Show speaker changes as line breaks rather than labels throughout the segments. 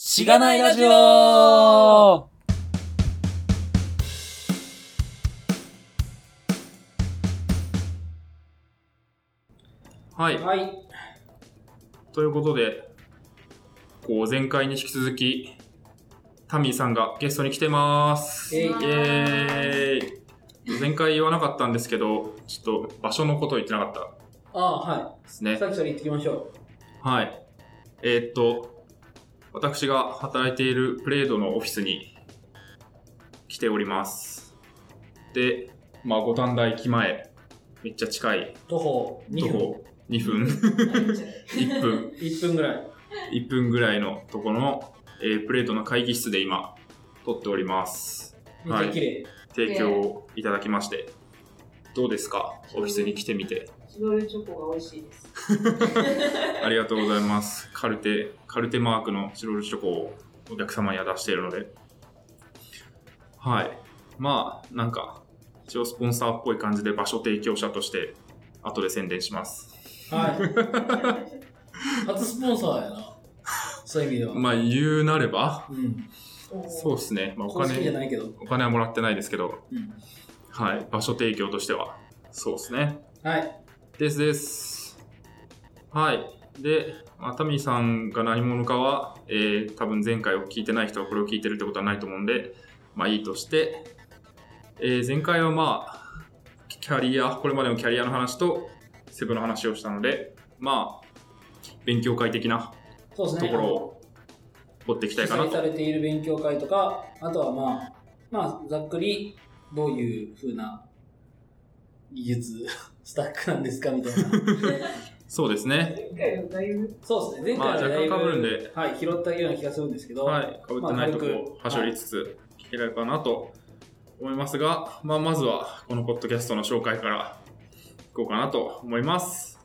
しがないラジオ
はい。
はい。
ということで、こう前回に引き続き、タミーさんがゲストに来てます。
えい
イエーイ前回言わなかったんですけど、ちょっと場所のことを言ってなかった
ああ、は
です
い。
ね
さ。っきそれ行ってきましょ。
はい。えーっと、私が働いているプレードのオフィスに来ております。で、まあ、五反田駅前、めっちゃ近いう
徒歩
と
2分。
こ、2分、1分。
1分ぐらい。
1分ぐらいのところの、えープレートの会議室で今撮っております
めっちゃ綺麗。
提供をいただきましてどうですかオフィスに来てみて
チロルチョコが美味しいです。
ありがとうございますカルテカルテマークのチロルチョコをお客様には出しているのではいまあなんか一応スポンサーっぽい感じで場所提供者として後で宣伝します
はい。初スポンサーやな。そういう意味では。
まあ言うなれば
うん。
そうですね、まあ、お
公式じゃ
金
ないけど。
お金はもらってないですけど
うん。
はい、場所提供としては。そうですね。
はい。
ですです。はい。で、まあ、タミーさんが何者かは、えー、多分前回を聞いてない人はこれを聞いてるってことはないと思うんで、まあいいとして、えー前回はまあ、キャリア、これまでのキャリアの話と、セブの話をしたので、まあ、勉強会的な
そうです
と
ね。
ころを掘っていきたいかな
主催さ
と。
れている勉強会とか、あとはまあ、まあ、ざっくり、どういう風な技術、 スタックなんですかみたいな。
そうですね。
前回よりだいぶ
そうですね。前
まあ
回はだいぶ、
若干被るんで
はい、拾ったような気がするんですけど、
はい、かぶってないとこ
まあ
をはしょりつつ聞けられるかなと思いますが、まあ、まずはこのポッドキャストの紹介からいこうかなと思います。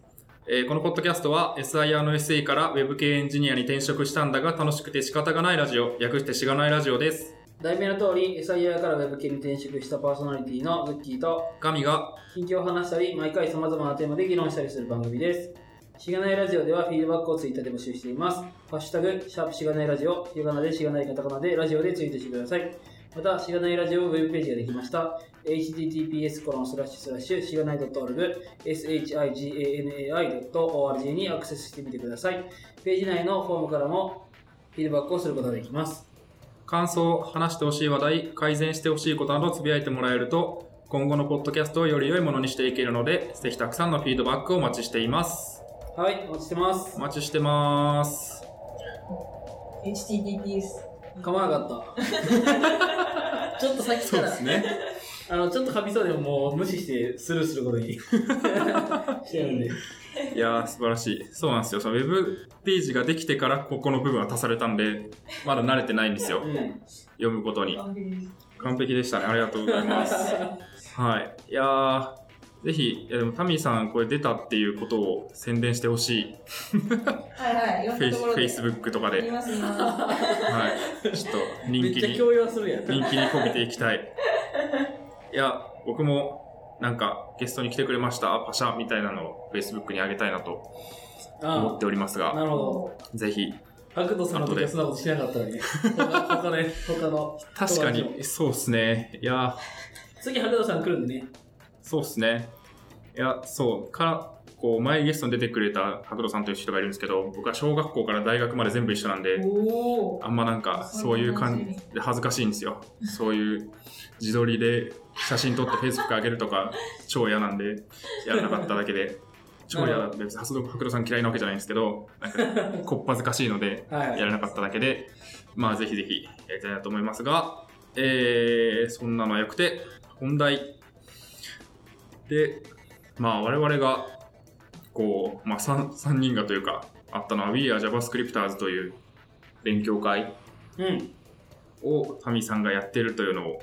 えーこのポッドキャストは SIR の SE から Web 系エンジニアに転職したんだが楽しくて仕方がないラジオ、略してしがないラジオです。
題名の通り、SIR から Web 系に転職したパーソナリティのズッキーと、
神が、
近況を話したり、毎回様々なテーマで議論したりする番組です。しがないラジオではフィードバックをツイッターで募集しています。ハッシュタグ、シャープしがないラジオ、ひらがなでしがないカタカナでラジオでツイートしてください。また、しがないラジオウェブページができました。https コロンスラッシュスラッシュしがない .org、shiganai.org にアクセスしてみてください。ページ内のフォームからもフィードバックをすることができます。
感想、話してほしい話題、改善してほしいことなどつぶやいてもらえると、今後のポッドキャストをより良いものにしていけるので、ぜひたくさんのフィードバックをお待ちしています。
はい、お待ちしてます
お。待ちしてます。
HTTPS。
構わなかった。ちょっとさっき
そ
か
うで
ら
す、ね。
あの、ちょっと噛みそうでももう無視してスルーすること にしてるんで。
いやー、素晴らしい。そうなんですよ。そのウェブページができてから、ここの部分は足されたんで、まだ慣れてないんですよ
う。ん。
読むことに。
完璧です。
完璧でしたね。ありがとうございます。はい。いやー、ぜひ、いやでもタミーさん、これ出たっていうことを宣伝してほしい。
はいはい。いろん
フェ
な
イ
と
ス
こ
フ
ろ
ェ
で。
イスブックとか
見
で。
ます見ま
はい。ちょっと人
めっ
気
ちゃ
に、
強要するやん。
人気にこびていきたい。いや、僕も、なんか、ゲストに来てくれました、パシャみたいなのを Facebook にあげたいなと思
あ
っております
あ、な
が、
る
す。
ほど。
ぜひ、
白土さんの時はそんなことしなかったのに。他他ね、他の。
確かに、そうですね。いや、
次白土さん来るんでね。
そうですね。いや、そう。から、こう、前ゲストに出てくれた白土さんという人がいるんですけど、僕は小学校から大学まで全部一緒なんで、
おー
あんまなんか、そういう感じで恥ずかしいんですよ。そういう、自撮りで写真撮って Facebook 上げるとか、超嫌なんで、やらなかっただけで。超嫌だって、別に白土白土さん嫌いなわけじゃないんですけど、なんか、こっぱずかしいので、
はい。
やらなかっただけで、まあぜひぜひやりたいなと思いますが、えー、そんなのはよくて、本題。で、まあ我々が、こう、まあ 3, 3人がというか、あったのは We are JavaScripters という勉強会
うん。
をタミさんがやってるというのを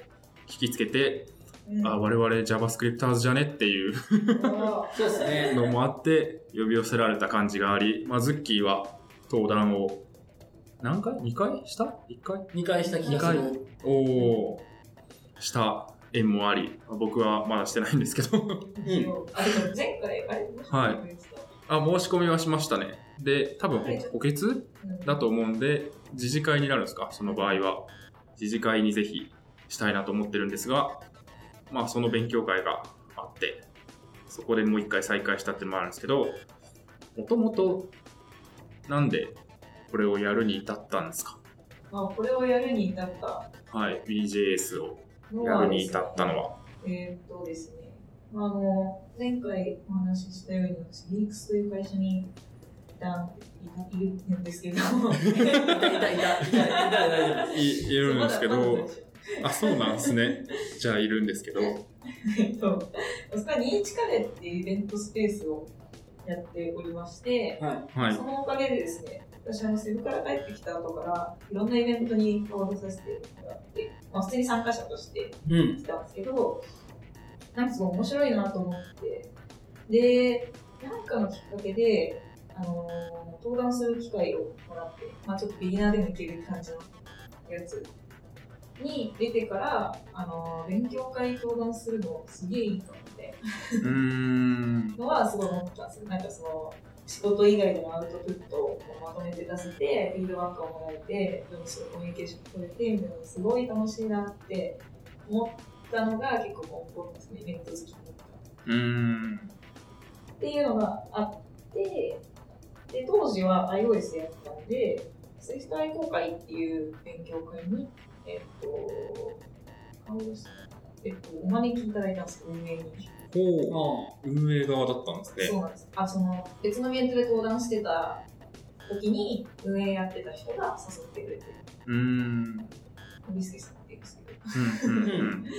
聞きつけて、
うん
あ、我々 JavaScripters じゃねっていう
おー
そうですね。
のもあって、呼び寄せられた感じがあり、まあズッキーは登壇を何回 ?2 回した ?1 回
2回した気がする。
おおした縁もあり僕はまだしてないんですけど
あでも前回あれ
はい
い。
あ、申し込みはしましたね。で、多分
はい
補補欠
うん
だと思うんで、自治会になるんですか、その場合は。自治会にぜひしたいなと思ってるんですが、まあ、その勉強会があって、そこでもう一回再開したってのもあるんですけど、もともと、なんでこれをやるに至ったんですか
まあ、これをやるに至った
はい、BJS を
の
や
は
る
で
に
す
至ったのは。
えーっとですね、まあ、あの前回お話ししたように私リークスという会社にいたんいいるんですけど
いたいたいたいたいた大丈夫です
いいるんですけ
まだまだ
ど、あ、そうなんですね。じゃあ、いるんですけど、
えっとそこはニーチカレーっていうイベントスペースをやっておりまして、
はい
はい
そ。のおかげでですね、私あのセブから帰ってきた後から、いろんなイベントに登録させてもらって、まあ、普通に参加者として
うん
来たんですけど、なんかすごい面白いなと思って、で、なんかのきっかけで、あのー登壇する機会をもらって、まあ、ちょっとビギナーでもいける感じのやつに出てから、あのー勉強会登壇するのすげえいいと思って、
うーん。
のはすごい思ったんですよ。なんかその仕事以外でのアウトプットをまとめて出せて、フィードバックをもらえて、文章コミュニケーション取れて、みたいなのがすごい楽しいなって思ったのが結構根本ですね、イベント好きになった。
うーん。
っていうのがあって、で、当時は iOS やったんで、Swift 愛好会っていう勉強会に、えっと、顔出しえっと、お招きいただいたんですよ、運営に。
ほう。
あ
運営側だったんですね。
そうなんです。あ、その、別のイベントで登壇してた時に、運営やってた人が誘ってくれて、
うーん。
ノビスケさんって言うんですけ
うんうんうん
ど、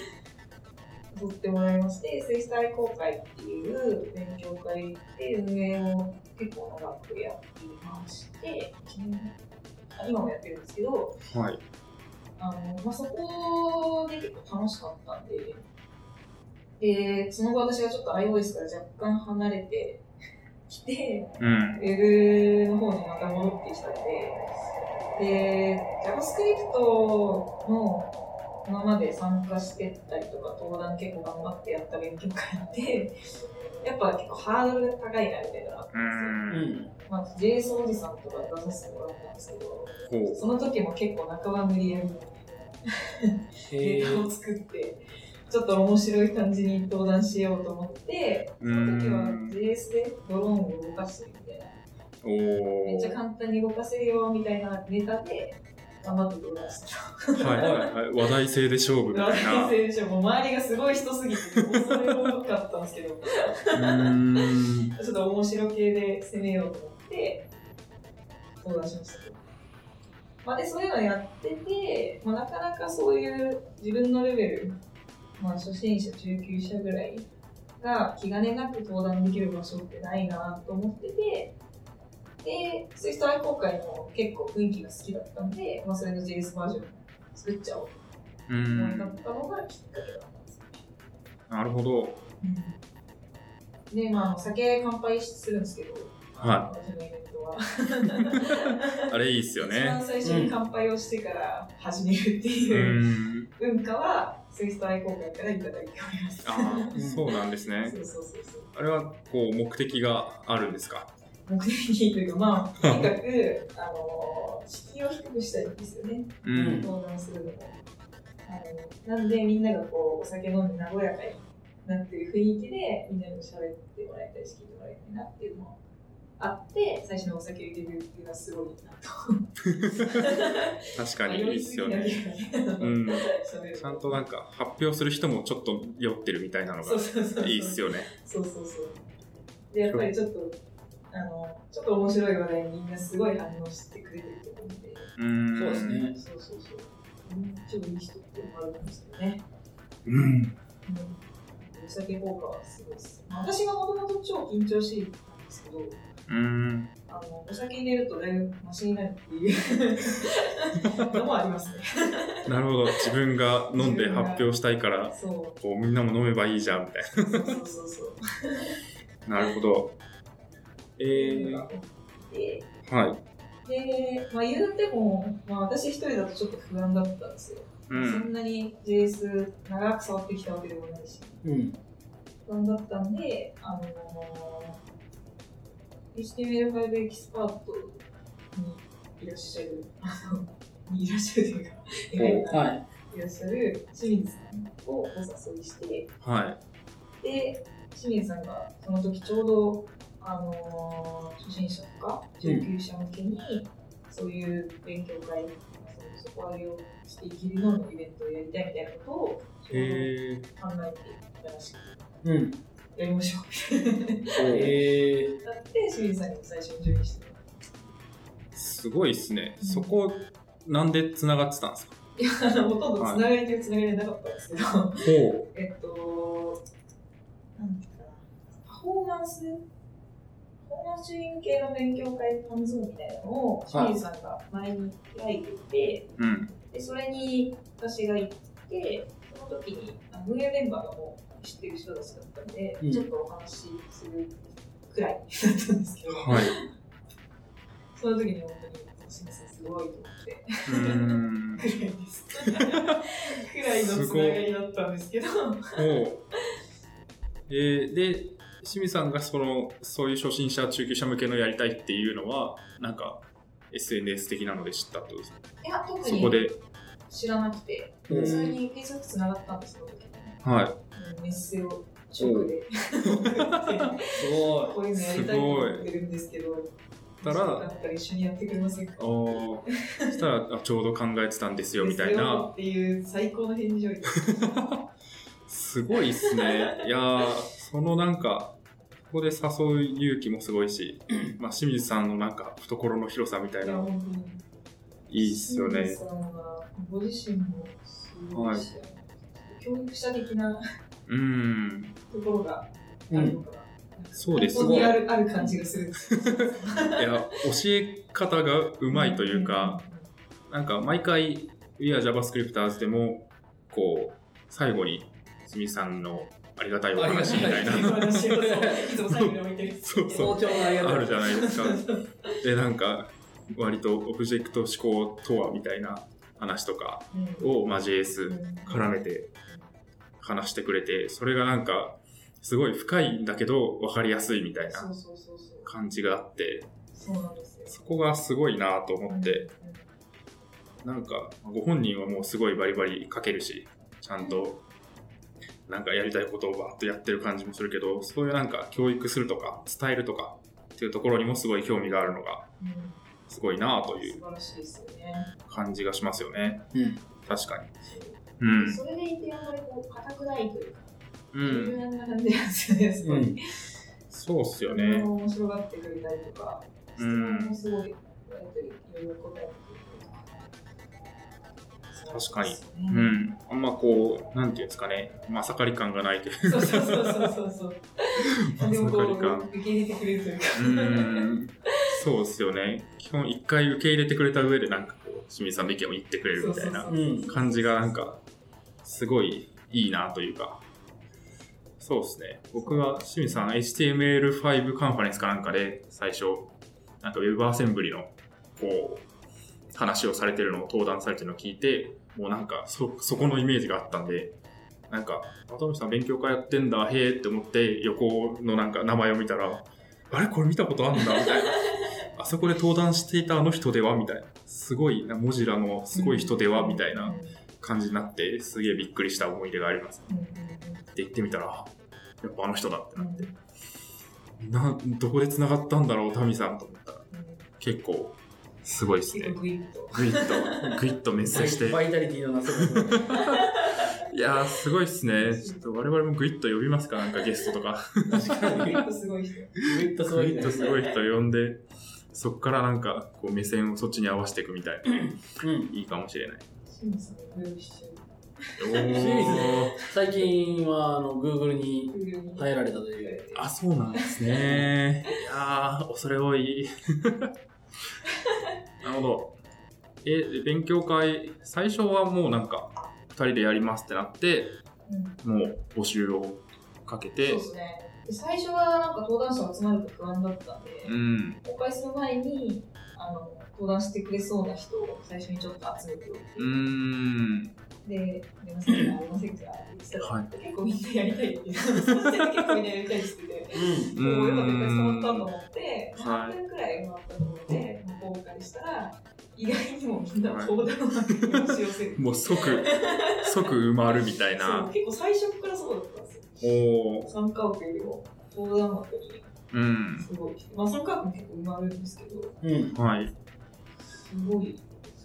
誘ってもらいまして、水ス愛好会っていう勉強会で運営を結構長くやっていまして、あ今もやってるんですけど、
はい。
あのまあ、そこで結構楽しかったんで、で、その後私がちょっと iOS から若干離れてきて、
うん。
ウェブの方にまた戻ってきたので、で、JavaScript の今まで参加してたりとか、登壇結構頑張ってやった勉強会って、やっぱ結構ハードル高いなみたいなのがあった
うん。
で
あうんん
すよ。まあ、JS おじさんとか出させてもらったんですけど、
ほ
その時も結構半ば無理やり
へ
デ
え
ータを作って、ちょっと面白い感じに登壇しようと思って、
う。う
その時は
ん。
JS でドローンを動かしてみたいな。
お
めっ
ー
ちゃ簡単に動かせるよみたいなネタで頑張ってください。
はいはいはい。話題性で勝負みたい な。う
先生もう周りがすごい人すぎて、恐れ多かったんですけど、ち
ーん。
ょっと面白系で攻めようと思って、相談しました。まあ、で、そういうのやってて、まあ、なかなかそういう自分のレベル、まあ、初心者、中級者ぐらいが気兼ねなく登壇できる場所ってないなと思ってて、で、スイフト愛好会も結構雰囲気が好きだったんで、まあ、それの JS バージョン作っちゃおう
う
と思い立
ん。
ったのがきっかけだったんですよ。
なるほど。
で、まあ、お酒乾杯するんですけど、
は
私のイベントは。
あれいいっすよ
一番
ね。
最初に乾杯をしてから始めるって
う
いう、
ん。
文化はスイスト愛好会からいただいております。
ああ、そうなんですね
そ。うそうそうそう。
あれは、こう、目的があるんですか
目的というか、まあ、とにかく、あのー、敷居を低くしたいんですよね、
うん。
登壇するのも。あのなんで、みんながこう、お酒飲んで和やかになってる雰囲気で、みんなにも喋ってもらいたいし、聞いてもらいたいなっていうのもあって、最初のお酒を入れるっていうのはすごいな と。
確かにいいっす よ
まあ
ね。
酔いすぎないよう
う
に
ん。
喋る
ちゃんとなんか、発表する人もちょっと酔ってるみたいなの
そう
が
そうそうそう
いいっすよね。
そうそうそう。で、やっぱりちょっと、あの、ちょっと面白い話題にみんなすごい反応してくれてると思うんで、
うん。
そうですね
そうそうそう。うん超いい人って思われたんですよね。
うん。
うん。お酒効果はすごいです。まあ私がもともと超緊張しいなんですけど、
うーん。
あの、お酒入れるとだいぶマシになるっていう のもありますね。
なるほど。自分が飲んで発表したいから、
そ。
こう、みんなも飲めばいいじゃん、みたいう
そうそうそうそう。
な。なるほど。えー、は
で
い。
で、まあ、言うても、まあ、私一人だとちょっと不安だったんですよ。
う
そ
ん。
んなに JS 長く触ってきたわけでもないし、
うん
不安だったんで、あのー HTML5 エキスパートにいらっしゃる、あの、にいらっしゃるというか、
はい。
いらっしゃる清水さんをお誘いして、
はい。
で、清水さんがその時ちょうど、あのー初心者とか上級者向けに、そういう勉強会、そこ上げをしていけるようなイベントをやりたいみたいなことを、ちょう
へえ。
ど考えていたらしく
うん。
やりましょう。
えー、
だって清水さんにも最初に準備してもらっ
すごいですね。そこ、なんで繋がってたんですか
たあのほとんどつながりというつながりはなかったんですけど、
ほ
えっと、なんていうかな、パフォーマンス、パフォーマンス主任系の勉強会パンズームみたいなのを、清水さんが前に開いてて、
う。うん。
でそれに私が行って、その時にあの運営メンバーがもう知ってる人たちだったんで、
うん
ちょっとお話しするくらいだったんですけど、
はい。
その時に本当に、清水さんすごいと思って。
うーん。
くらいです。くらいのつながりだったんですけど、
ほう。えー、で、清水さんがその、そういう初心者、中級者向けのやりたいっていうのは、なんか、SNS 的なので知ったってことですか
いや、特
そこ
に
で。
知らなくて、
うん
普通に Facebook つながったんですよ、
は
メッセを直で。
すご
こういうのやりたいと思ってるんですけど、
たら
よかったら一緒にやってくれませんか
い。おーそしたら、あちょうど考えてたんですよ、みたい
です
な
よ。っていう最高の返事をいただき
すごいっすね。いやー、そのなんか、ここで誘う勇気もすごいし、 まあ、清水さんのなんか、懐の広さみたい
いや、
な、
本当に。
いいっすよね。
清水さんはご自身もすごいし、教育者的な
うーん。
ところがあるのかな。
そうです。
ここにあるある感じがする。
いや、教え方がうまいというか、なんか毎回、We are JavaScripters でも、こう、最後に、すみさんのありがたいお話みたいな、
うん。私これいつも最後に置いてる。
そう
い。
そ
校長のありが
あ
た
る
い
じゃないですか。で、なんか、割とオブジェクト思考とはみたいな話とか
うん
を、まあ、JS 絡め
て。
て話してくれて、それがなんか、すごい深いんだけど、わかりやすいみたい
そ
な
うそうそうそう。
感じがあって、
そうなんですよ。
そこがすごいなと思って、
うん、
なんか、ご本人はもうすごいバリバリ書けるし、ちゃんと、なんかやりたいことをバーッとやってる感じもするけど、そういうなんか教育するとか、伝えるとかっていうところにもすごい興味があるのが、
うん
すごいなとい
素
う
晴らしいですよね。
感じがしますよね。
うん。
確かに。うん。
それでいて、あんまりこう、硬くないというか、
う
柔
ん。
軟な感じなんですよね、すごい。
そうっすよ
自分
ね。
も面白がってくれたりとか、質問もすごい、やり取りいろいろ答えてくれ
確かに
に
う。ん。あんまこう、なんていうんですかね、まさかり感がないという
そうそうそうそうそうそう。でもこ
まさかり
う受け入れてくれるというか。
うーん そうっすよね。基本一回受け入れてくれた上でなんかこう、清水さんの意見を言ってくれるみたいな
そうそうそう
うん
感じがなんか、すごいいいなというか。そうっすね。僕は清水さん HTML5 カンファレンスかなんかで最初、なんか Web アセンブリのこう、話をされてるのを登壇されてるのを聞いて、もうなんかそ、そこのイメージがあったんで、なんか、渡辺さん勉強会やってんだ、へえって思って、横のなんか名前を見たら、あれこれ見たことあんだ、みたいな。あそこで登壇していたあの人ではみたいな。すごい、なモジラのすごい人ではみたい
うん
な感じになって、すげえびっくりした思い出があります。
うんうん
で、行ってみたら、あやっぱあの人だってなって。な、どこで繋がったんだろう、タミさんと思ったら。
うん
結構、すごいです
結
ね
構。グイッと。
グイッ と、グイッとメッセージして。
バイタリティのなさそうな。
いやー、すごいっすね。ちょっと我々もグイッと呼びますかなんかゲストとか。
確か
グイ
に。
ッとすごい人。
グイッとす
グ
ご
イ
い
ッ
ね。
とすごい人呼んで、そっからなんか、こう目線をそっちに合わせていくみたい
う
な。
ん。
いいかもしれない。
清水さんのグーしちゃう。
ー
おー。
最近は、あの、Google に
グーに
耐えられたという。
あ、そうなんですね。いやー、恐れ多い。 なるほど。え、勉強会、最初はもうなんか、2人でやりますってなって、
うん
もう募集をかけ
そう
て
で、すね。で最初はなんか登壇者集まるか不安だったんで、
うん。
公開する前にあの登壇してくれそうな人を最初にちょっと集めておいて、
うーん。
で、ありませんか、ありませんかって言ってたら、
はい
結構みんなやりたいって、結構みんなやりたいって言ってて、
うん。
う
もうよかった
ー
伝わったと
ん
思って、
うん
半分くらいもらったと思って、後悔したら、意外にもみんなこうだなって押し寄せる。
もう即、 即埋まるみたい
そう
な。
結構最初からそうだったんですよ。
おー。
三角よりも横断幕に
うん。
すごい来て、まあ三角も結構埋まるんですけど、
うん。
はい。う
すごい、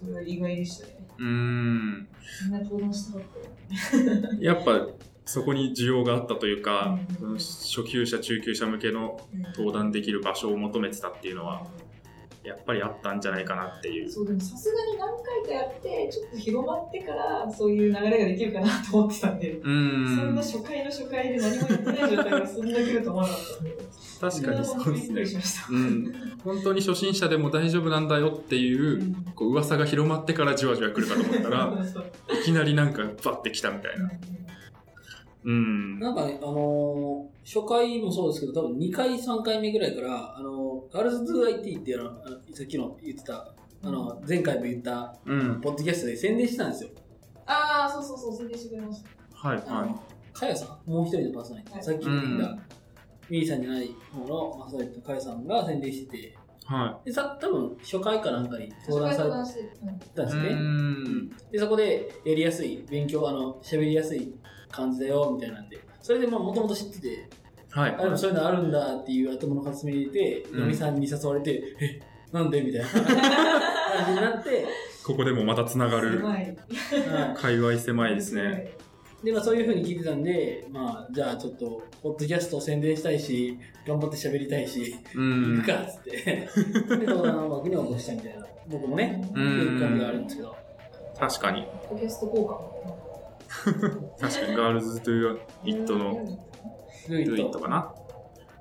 それは意外でしたね。
ーん。
みんな登壇したかったよ。
やっぱ、そこに需要があったというか、
う
そ
ん
の初級者、中級者向けの登壇できる場所を求めてたっていうのは、やっぱりあったんじゃないかなっていう。
そうでもさすがに何回かやってちょっと広まってからそういう流れができるかなと思ってたんで、
う
そんな
ー。
ん初回の初回で何もやってない状態がそんな来ると思わなかったんで
確かにそう
び
です
っく
ね
り。しました、
うん。本当に初心者でも大丈夫なんだよって
う
いう、
ん
こう噂が広まってからじわじわ来るかと思った ら、
そうそう
いきなりなんかバッて来たみたいな。うん。
なんかね、あのー初回もそうですけど、多分2回、3回目ぐらいから、あのー、ガールズ 2IT っていうのあの、さっきの言ってた、あの、前回も言った、
うん。
ポッドキャストで宣伝してたんですよ。
ああそうそうそう宣伝してくれました
はい
あ
は
の、かやさん、もう一人のパーソナリティ、
はい
さっき言っていた、
うん
ミリさんじゃない方のパーソナリティのかやさんが宣伝してて、
い。は
で、さ、多分初回かなんかに登壇され
初回
て
してうん
たんで
い。う
すね。
ん。
で、そこでやりやすい、勉強、あの、喋りやすい感じだよ、みたいなんで。それで、まあ、もともと知ってて、
はい。
あ、でもそういうのあるんだっていう頭の片隅に入れて、
うん
のみさんに誘われて、え、なんでみ たいな感じになって、
ここでもまたつながる。
狭い
は
界隈狭いですね。
い。で、まあそういうふうに聞いてたんで、まあ、じゃあちょっと、ポッドキャストを宣伝したいし、頑張って喋りたいし、
う
行
ん
く。かっつって、で、登壇枠に応募したみたいな、僕もね、
うん
っていう感じがあるんですけど。
確かに。
ポッドキャスト効果も
確かに、ガールズ・トゥ・イットの、
ル
トゥ・イ
イ
ッ
と
ト
か。
かな。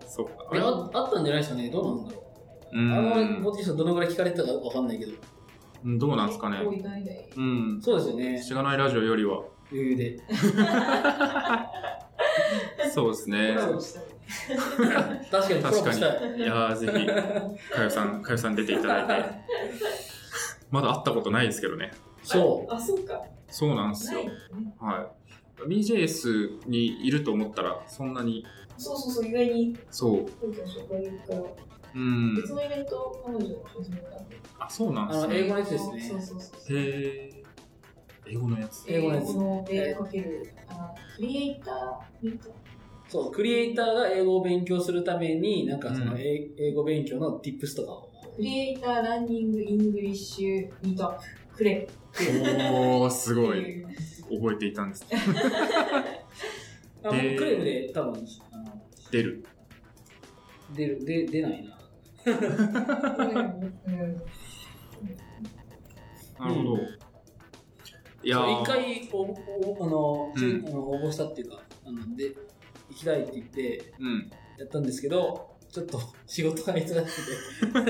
そっか。
いやああったんじゃないですかね、どうなんだろう。
う
あの
ん
ポッドキャストどのぐらい聞かれてたかわかんないけど、
うん。どうなんですかね。
結構意外で
うん。
そうですよね、
しがないラジオよりは。
余裕で。
そうですね。
コラボしたり
確かにコラボしたい。
いやー、ぜひ、かよさん、かよさん出ていただいて。まだ会ったことないですけどね。
そう。
あそうか
そうなんです
な
よ
い。ですね
はい。BJS にいると思ったら、そんなに、
そうそうそう意外に
そう。
今回紹介から
うん。
別のイベントを彼女が始めたんで
あ、そうなんで
あ
す
の英
ね。
語のやつですね
そうそうそうそう
へー英語のやつ。
英語のやつ
の英語かけるあクリエイターミート
そう、クリエイターが英語を勉強するために、なんかその
うん
英英語勉強の tips とかを。
クリエイターランニングイングリッシュミートアップクレ
おー、す
って
ごい。
いう
覚えていたんです。
あク
で
レームで多分、あの
出る。
出る、で出ないな。
うん
なるほど。いや
そう
ー
一回おおあの、
うん
あの応募したっていうか、あので行きたいって言って
うん。
やったんですけど、ちょっと 仕事が忙しくて、キ
あ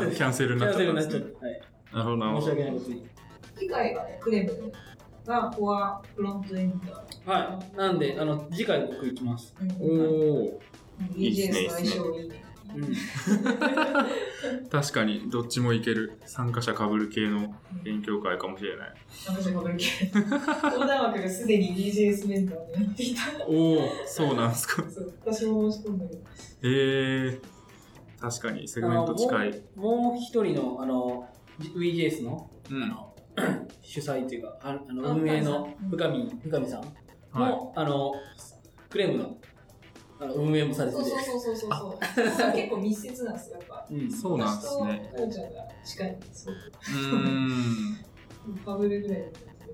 ャンセル
キャンセル
キ
に
ャ
なっ
ン
ち
セ
ゃ
ル
っ
に
た
なっちゃって、は、
んですね。なるほど、ないる
申し
ほ
訳ないことに。
次回はねクレムがフォアフロントエンダ
はい、なんで、あの次回僕行きます。
ど。
ー
おー。いいっすね
BGS の相性いいね
うん
確かに、どっちもいける。参加者かぶる系の勉強会かもしれない。
なんかじゃこれ横断枠がすでに BGS メンバーでやっていた
おお、そうなんすか。
そう私も申し込んだけど
えー、確かにセグメント近い。
もう一人の、あの、VJS の、
うん
あの、主催というか、ああの
あ
運営の
深見
深見、深見さんも、
はい。
あの、クレームの、あの、運営もされて
そう
て。
そうそうそうそうそう結構密接なんですよやっぱ
うん
そうなんですね。
私とかよちゃんが近いすごく
うーん。
バブルぐらいの感じで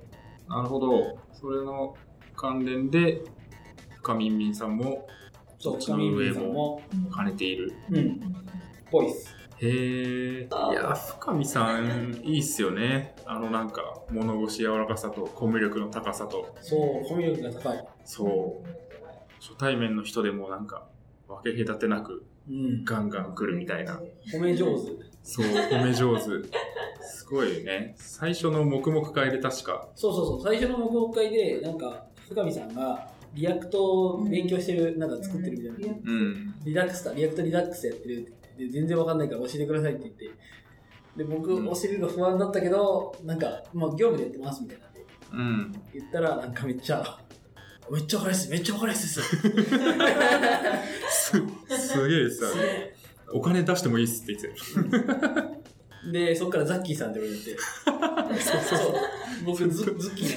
なるほど。それの関連で、深みんみんさんも
そう、
そ
深
っ
見
ちの運営も
さんも、
うん
兼ねている。
うん、ぽいっす。
へえ。いや、深見さん、いいっすよね。あの、なんか、物腰柔らかさと、コミュ力の高さと、
そう、コミュ力が高い。
そう、初対面の人でもなんか、分け隔てなく、
うん。
ガンガン来るみたいな。
褒め上手。
そう、褒め上手。すごいね。最初の黙々会で確か。
そうそうそう、最初の目標会で、なんか、深見さんが、リアクトを勉強してる、なんか作ってるみたいな。
うん。
リラックスだ、リアクトリラックスやってるって言って、全然わかんないから教えてくださいって言って、で、僕、
うん
教えるの不安だったけど、なんか、まあ、業務でやってますみたいなんで、
うん。
言ったら、なんかめっちゃ、めっちゃわかりやすい、めっちゃわかりやすいっす。
す、すげえですよ、ね。お金出してもいいっすって言って
で、そっからザッキーさんって呼んでて。そうそう。僕、ズズッキー。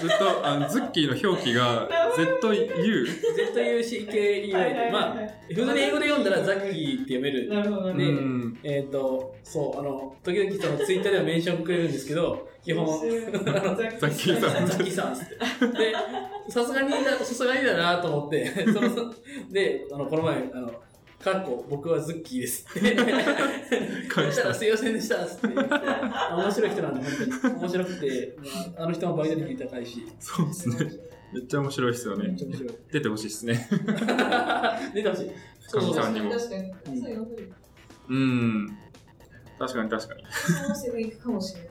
た。ずっと、あの、ズッキーの表記が ZU。
ZUCKEY
はいはいはい
まあ、普通に英語で読んだらザッキーって読める。
なるほど
う
ね。
ん。
えっ、と、そう、あの、時々そのツイッターではメンションくれるんですけど、基本、ザ
ザ
ッキーさん
ッキーさんっつって。で、さすがにだ、さすがにだなと思って、その、で、あの、この前、あの、かっこ、僕はズッキーですって。
返
し
し
ら
たた。
すいませんでしたっつって言って。面白い人なんで、本当に。面白くて、まああの人もバイトで高いし、
そうですね。めっちゃ面白いっすよ
めっ
ね
ち。ゃ面白い。
出てほしいっすね。
出てほしい。
かみさんにも。
確かに。確かにそういうの
うん。確かに確かに。
可能性がいくかもしれない。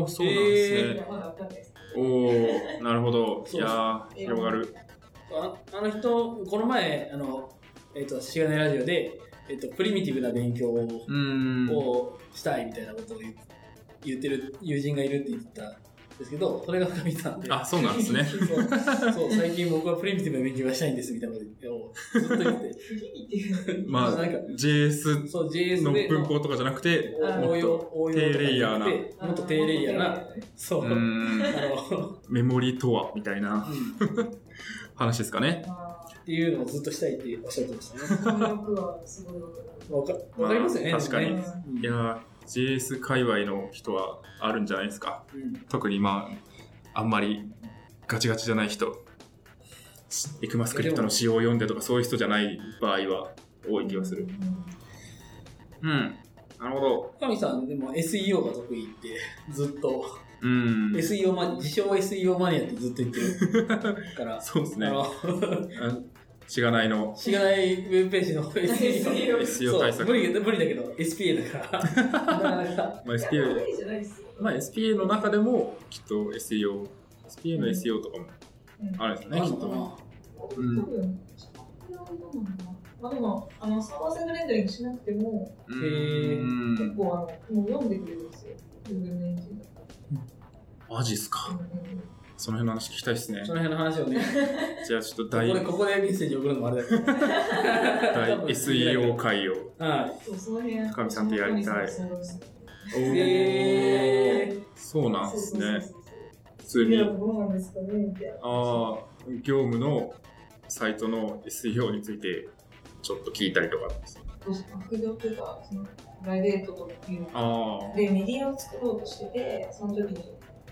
お、そうなんです
い
ね。
やまだわかんないです。
おー、なるほど。い
そう
やー、広がる。
ああの人、この前、あの、えっ、と、しがないラジオで、えっ、と、プリミティブな勉強を
うん。
をしたいみたいなことを言う言ってる友人がいるって言ったんですけど、それが深見さんで。
あ、そうなんです ね。
そうそう、最近僕はプリミティブな勉強がしたいんですみたいなことをずっと言ってて、
フリーっていう。
まあ
なんか、
JS
そう、JS
の
で
文法とかじゃなくて、
応応用、応用とかじゃなくて
低レイヤーな
もっと低レイヤーな、。そうう、あ
ん、
の、
メモリとは、みたいな
うん
話ですかね。
まあ、
っていうのをずっとしたいっておっしゃってましたね。
貪欲はすごいわかる。
わかわかりますよね。
まあ確かに
でもね
いやー、JS 界隈の人はあるんじゃないですか。
うん
特にまあ、あんまりガチガチじゃない人、しエクマスクリプトの仕様を読んでとかそういう人じゃない場合は多い気がする。うん。なるほど。
深見さん、でも SEO が得意って、ずっと、
うん。
SEO マニア、自称 SEO マニアってずっと言ってる から、
そうですね
あ。の、
あしがないの。
しがないウェブページの SEO。
SEO 対
そう
策
無理だ無理だけど、SPA だから。なかな か
まあ、
いや、
SPA
悪いじゃないですよ。
まあ、SPA の中でもきっと SEO、SPA の SEO とかもあるんですよね、
あ
き
るの
っ
か
と。
な
多分、まあでも、あの、3%レンダリングしなくても、
う
へー
結
ん。
構、あの、もう読んでくれるんですよ。Google のエンジンだと
マジっすか。その辺の話聞きたいですね
そ。の辺の話をね、
じゃあちょっ
こ
と大、
れここでメッセージ送るのもあれだけど。
大 SEO 会を。
は
そう、その辺。
神さんとやりたいお
い。
ー
で、
そうなんですね。。普通
いや、
に。
どうなんですかねみたいな。
ああ、業務のサイトの SEO についてちょっと聞いたりとか。
どうすか副業というか、その、プライベートとかいう
ああ、
で、メディアを作ろうとしてて、その時に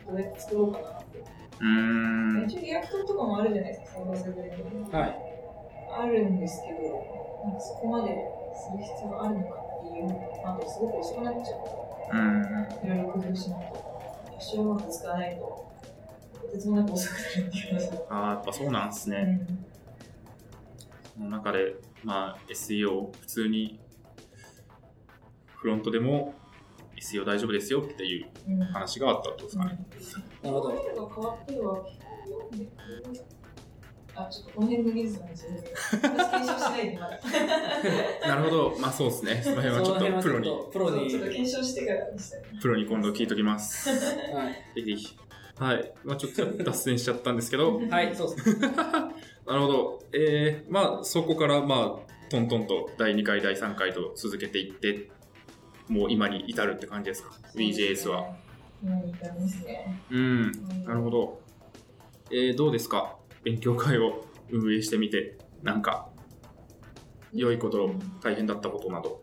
どうやって作ろうかなって。
うーん。
一応リアクトとかもあるじゃないですか、サーバーサイドレンダ
は
リング
い。
あるんですけど、なんかそこまでする必要があるのかっていうのが、あとすごく遅くなっちゃ
うん。
う。いろいろ工夫しないと。一生うまく使わないと、とてつもなく遅くなるっていう話だ。
ああ、やっぱそうなんですね。その中で、まあ、SEO 普通にフロントでも SEO 大丈夫ですよっていう
うん。うん
話があったってことですかね。
なるほど。
が変わっては、あ、ちょっとこの辺の技術なんですよね。私検証しないでまだ。
なるほど、まあそう ですね。その辺はちょっとプロ
その辺はちょっ
に、
とプロに
ちょっと検証してからにしたい。
プロに今度聞いとき ます。
は
ぜひぜひ。はい。まあちょっと脱線しちゃったんですけど、
い。はい、そうですね。
なるほど。えー、まあそこから、まあ、トントンと第2回、第3回と続けていって、もう今に至るって感じですか ?VJS は。。
今に至りますね。
うん。なるほど。えー、どうですか勉強会を運営してみて、なんか、良いこと、大変だったことなど。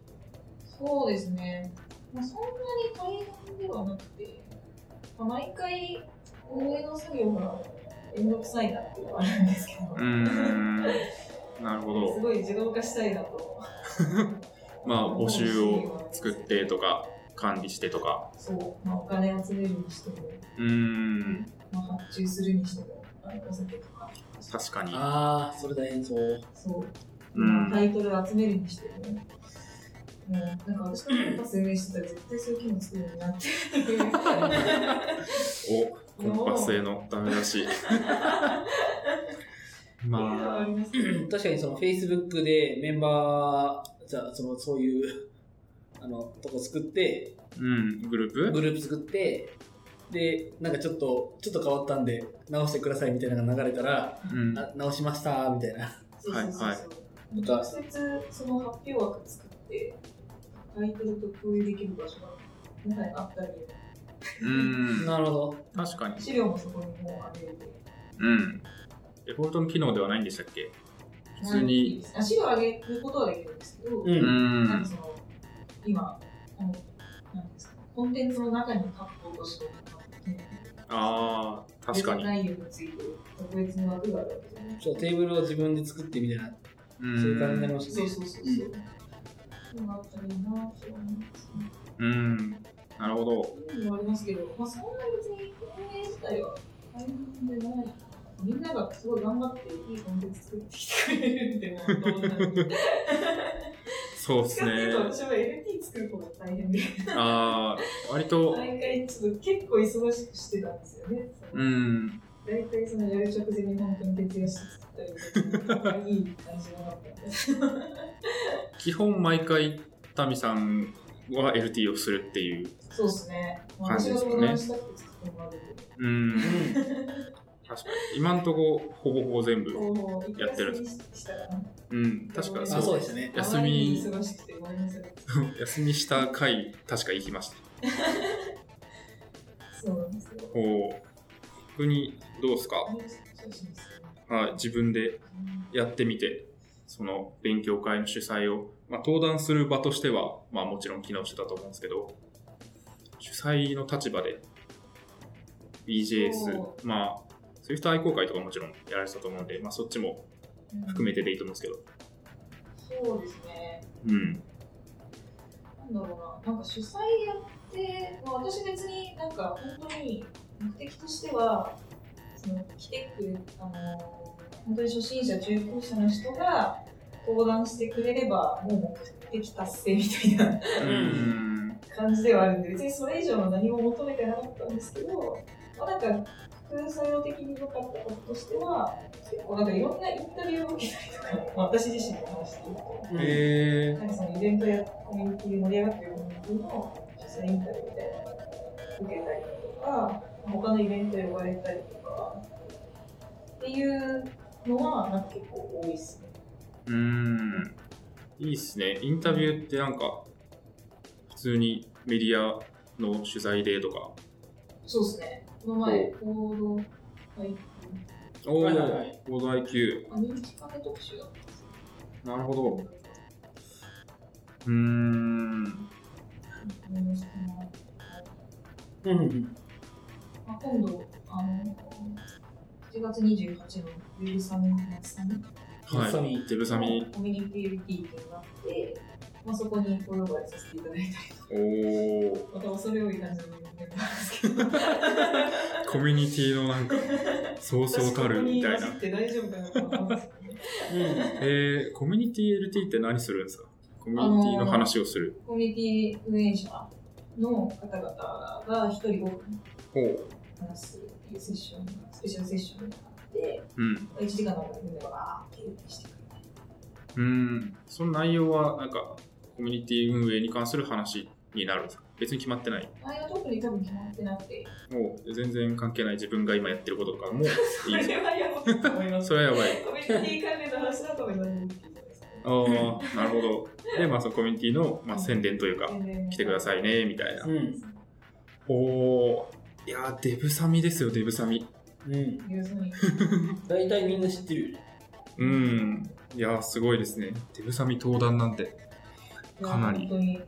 そうですね。まあ、そんなに大変ではなくて、まあ、毎回運営の作業がめんどくさいなっていうのはあるんですけど、
うーん。 なるほ
す
ど。
ごい自動化したいなと。
まあ、募集を作ってとか、管理してとか。
そう、まあ、お金集めるにしても、
うーん。
まあ、発注するにしても、あのお酒とか、
確かに。
ああ、それ大変そう。
そう、
うん
タイトル集めるにしても、もうなんか私のキャンパス運営してたら絶対そういう機能作るようになって
お、コンパスへのダメ出 し。 まあ、
あ、
確かにその Facebook でメンバー、じゃあそのそういう、あの、とこ作って、
うん、グルー
グ
プ
ループ作って、で、なんかちょっと、ちょっと変わったんで、直してくださいみたいなのが流れたら、
うん。
あ直しましたみたいな。
そうそうそう
はい
そう
ま
直
た、
接その発表枠作ってタイトルと共有できる場所が皆さんにあったり
うん。
なるほど。
確かに。
資料もそこにもうあげる
うん。デフォルトの機能ではないんでしたっけ普通に。
あ資料上げることはできるんですけど、
う。
うん
なんか
ん。
その今あのなんですかコンテンツの中に書くことしかなくて
ああ、確かに。
内容について特別な枠があるわけじゃない
そう、テーブルを自分で作ってみたいな、
う
そういう感じになり
ん。
ました
そう
ね。
そうそうそう。そうなったらいいなって思いますね。
うん。なるほど。
そういうのもありますけど、まあ、そんな別に運営自体は大変でない。みんながすごい頑張っていいコンテンツ作ってきてくれるってもうどうなのどっ
そうで
ち
す
かっていう
ね
と。私は LT 作る方が大変で、
ああ、割と、
毎回ちょっと結構忙しくしてたんですよね。
うん。
大体そのやる直前に本当に徹夜して作ったりとか、いい感じがなかったんです。
基本毎回、タミさんは LT をするっていう。
そうですね。まあ私
感じで
が
すよね
相談したくて作ってもらうけど。
うん。確かに。今んとこ、ほぼほぼ全部。
や
ってる
したらな
うん。確か
うん。あ、
そ
そう
う。
でしたね。
休み
あまりに忙しくてごめんなさい。
休みした回、確か行きました。
そうなんですよ。
おお。逆に、どうですか
あれそうします
はい、自分でやってみて、その勉強会の主催を、まあ、登壇する場としては、まあ、もちろん機能してたと思うんですけど、主催の立場で、
そ
BJS、まあ、そういう人愛好会とかもちろんやられてたと思うんで、まあ、そっちも
うん
含めてでいいと思うんですけど、
そうですね。
うん。
なんだろうな。なんか主催やって、まあ、私別になんか本当に目的としては、その来てくれ、あのー本当に初心者、中級者の人が登壇してくれれば、もう目的達成みたいな。
うん。
感じではあるんで、別にそれ以上の何も求めてなかったんですけど、まあ、なんか、副作用的に良かったこととしては、結構なんかいろんなインタビューを受けたりとか、まあ私自身の話していると、
うん
え
なんかそのイベントやコミュニティで盛り上がってるコミュニティの実際インタビューみたいなのを受けたりとか、他のイベントで呼ばれたりとか、っていうのは、なんか結構多いっすね。
ー、うん。いいっすね。インタビューってなんか、普通にメディアの取材でとか、
そうですね。この前、報道、はい、
お
はいはいはい
ー、ボード IQ。
あ人気カフェ特集だったんですよ
なるほど。うーん。
うんうん
まあ、今度、あの、7月28のウェブサミのサミ
まさ
はい。
に
デブサミ。
コミュニティ LT っていうのがあって、まあ、そこにご用意させていただいた り、
おー。
また恐れ多い感じのメンバーですけど、
コミュニティのなんか、そうそうたるみたい
私ここに混じ
な
っ。て大丈夫かなと思うんですけどね
うん
えー、コミュニティ LT って何するんですかコミュニティの話をする。
コミュニティ運営者の方々が一人5分
ほう。
話すっていうセッション、スペシャルセッションがあって、
うん。
1時間の中でみんながわーって言ってしてくれる。
うん。その内容は、なんか、コミュニティ運営に関する話になるんですか別に決まってない。
内容特に多分決まってなくて、
もう、全然関係ない自分が今やってることとか もいいんです
これ
か
はやばいと思います。
それはやばい。
コミュニティ関連の話だと思います。
ああ、なるほど。で、まあ、そのコミュニティの、まあ、宣伝というか、来てくださいね、みたいな。
うん
おおーいやー、デブサミですよ、デブサミ。
うん。
要するに
大体みんな知って るよね。
うん。いやー、すごいですね。デブサミ登壇なんて。かなり
本当に、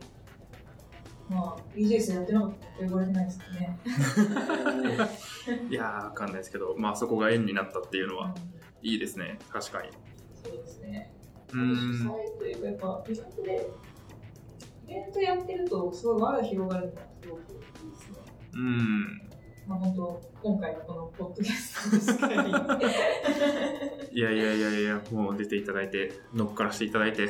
まあ、BJS やってなかったって言われてないですかね。
いやー、わかんないですけど、まあ、そこが縁になったっていうのは、いいですね。確かに。
そうですね。
う
主
ん。
催というか、やっぱ、イベントで、イベントやってると、すごい輪が広がるのがすごくいいですね。
うん。
まあ、本当、今回のこのポッドキャストですかり。
いやいやいやいや、もう出ていただいて、乗っからしていただい て。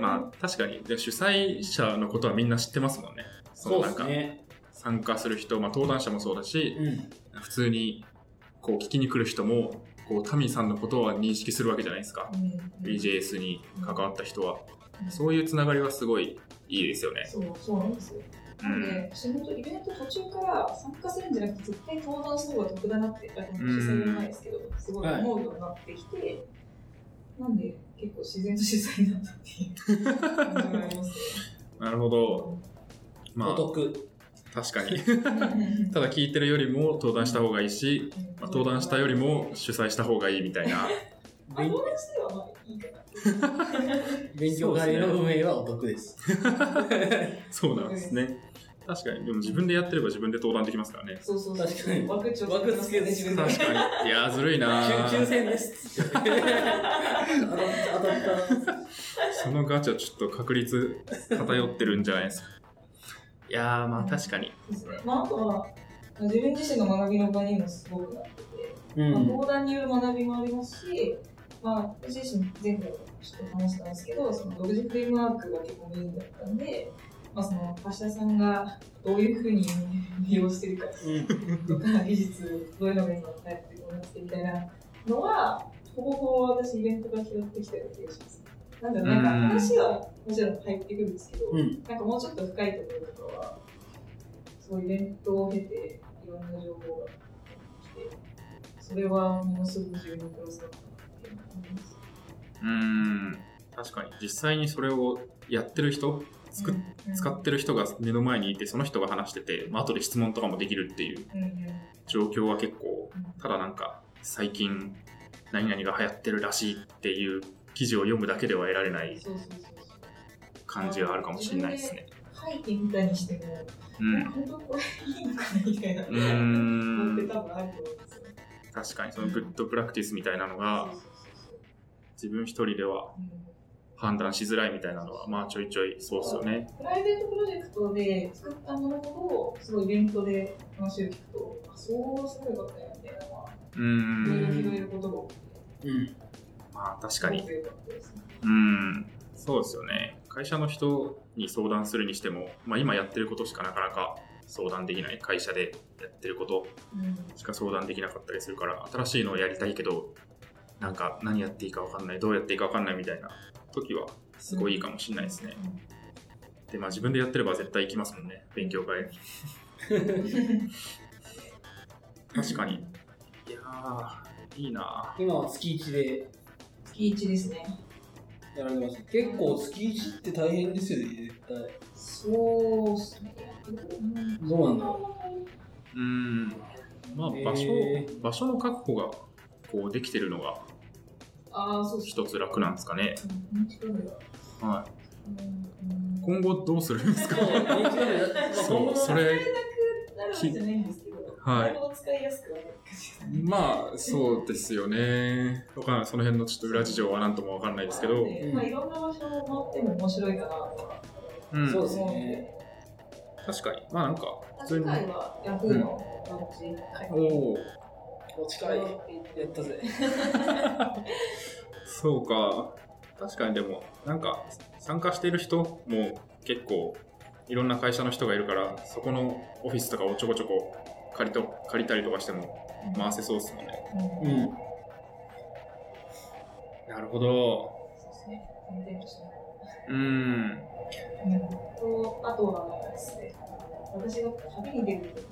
まあ、確かに、で主催者のことはみんな知ってますもんね。そ
そ
の
うで
なん
す
か、
ね。
参加する人、まあ、登壇者もそうだし、
うん。
普通にこう聞きに来る人もこうタミさんのことは認識するわけじゃないですか、BJS に関わった人は、
うん
そういうつながりはすごいいいですよね
そう、そうなんですよ。なんで、仕事、イベント途中から参加するんじゃなくて、絶対登壇した方が得だなって、あの、主催じゃないですけど、すごい思うようになってきて、なんで、結構自然と主催になったっていう感じがあります
なるほど。ま
お
あ、
得。
確かに。
ね
ただ聞いてるよりも登壇した方がいいし、
うん
まあ、登壇したよりも主催した方がいいみたい な。
あ、友達ではまあいいかな。
勉強会の運営はお得です。
そうなんですね。確かに。でも自分でやってれば自分で登壇できますから ね。
そうそうそう。
確かに
枠ちょっと
枠つけて自分で
確かに。いやー、ずるいな
抽抽
ー
選ですって。当たった。
そのガチャちょっと確率偏ってるんじゃないですか。いやー、まあ確かに。
ですね。まあ、あとは、自分自身の学びの場にもすごくなってて、
う
まあ、
ん。
登壇による学びもありますし、まあ、私自身前回ちょっと話したんですけど、その独自フレームワークが結構メインだったんで、まあ、その、橋田さんがどういうふうに利用してるかとか、技術、どういうのが今流行ってるのかみたいなのは、ほぼほぼ私イベントから拾ってきたような気がします。なんだろう、なんか
うん
話はもちろん入ってくるんですけど、
うん。
なんかもうちょっと深いところとかは、そうイベントを経ていろんな情報が来て、それはものすごく自分のプロセスだなって思います。
うーん。確かに。実際にそれをやってる人、つく
うん
使ってる人が目の前にいて、その人が話してて、まあ後で質問とかもできるっていう
うんうん
状況は結構ただなんか最近何々が流行ってるらしいっていう記事を読むだけでは得られない
そうそうそうそう。
感じがあるかもしれないですね。
背景みたいにしても、
うん。
本当これいいのかなみたいな。
うーん
って多分あると思うんですよ。
確かにそのグッドプラクティスみたいなのが
そうそうそうそう
自分一人では
うん
判断しづらいみたいなのはまあちょいちょいそうっすよね。
プライベートプロジェクトで作ったものを、すごいイベントで話を聞くと、あ、そうすごいことだよみたいなのは、
う
いろ
ー
いろ拾え
ん。
ることが多くて。
うん。
まあ確かに。
すごく良かったですね
うん。そうですよね。会社の人に相談するにしても、まあ今やってることしかなかなか相談できない会社でやってることしか相談できなかったりするから新しいのをやりたいけどなんか何やっていいか分かんないどうやっていいか分かんないみたいな時はすごいいいかもしれないですね、でまあ自分でやってれば絶対行きますもんね勉強 会確かにいやーいいな
今は月一で
月一ですね。
やられてます。結構月一って大変ですよね、絶対。
そうですね。
どうなんだろ
うーんまあ
へー
場所、場所の確保がこうできてるのが
ああ、そうです
一つ楽なんですかね、
うん近いわ
は
うん
い、今後どうするんですか
そ
そうそれ
なるわけじゃないんですけど、
はい
これを使いやすくはね
まあそうですよね。わかんないその辺のちょっと裏事情は何ともわかんないですけど、
まあ、いろんな場所を回っても面白いかなとは
うん
そうです
思うん
ね。
で、
確かにまあなんか普通
次
に
回はヤフーのランチ会
おお
お近い。やったぜ。
そうか確かにでもなんか参加している人も結構いろんな会社の人がいるからそこのオフィスとかをちょこちょこ借りと借りたりとかしても回せそうですもんね。
うんそう
う
で
ん。
なるほど。
すね。コンテンツしない
うん。
とあとはですね、私が旅に出るときに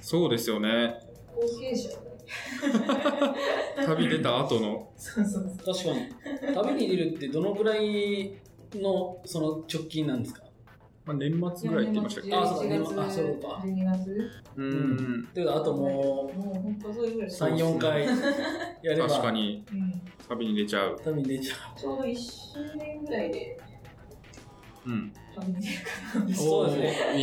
そうですよね。
後継者をね
旅出た後の。
そうそうそう。
確かに。旅に出るってどのぐらいのその直近なんですか
まあ、年末ぐらいって言いましたっけ
あそう
11月
あそうか
12月
うん
ということはあとも
もう本当そういうぐらいうです。
3、4回やれば、
確かに
うん
旅に出ちゃう、
旅に出ちゃ
ちょうど1周年ぐらいで
うん、
多分ね
う。そうですね。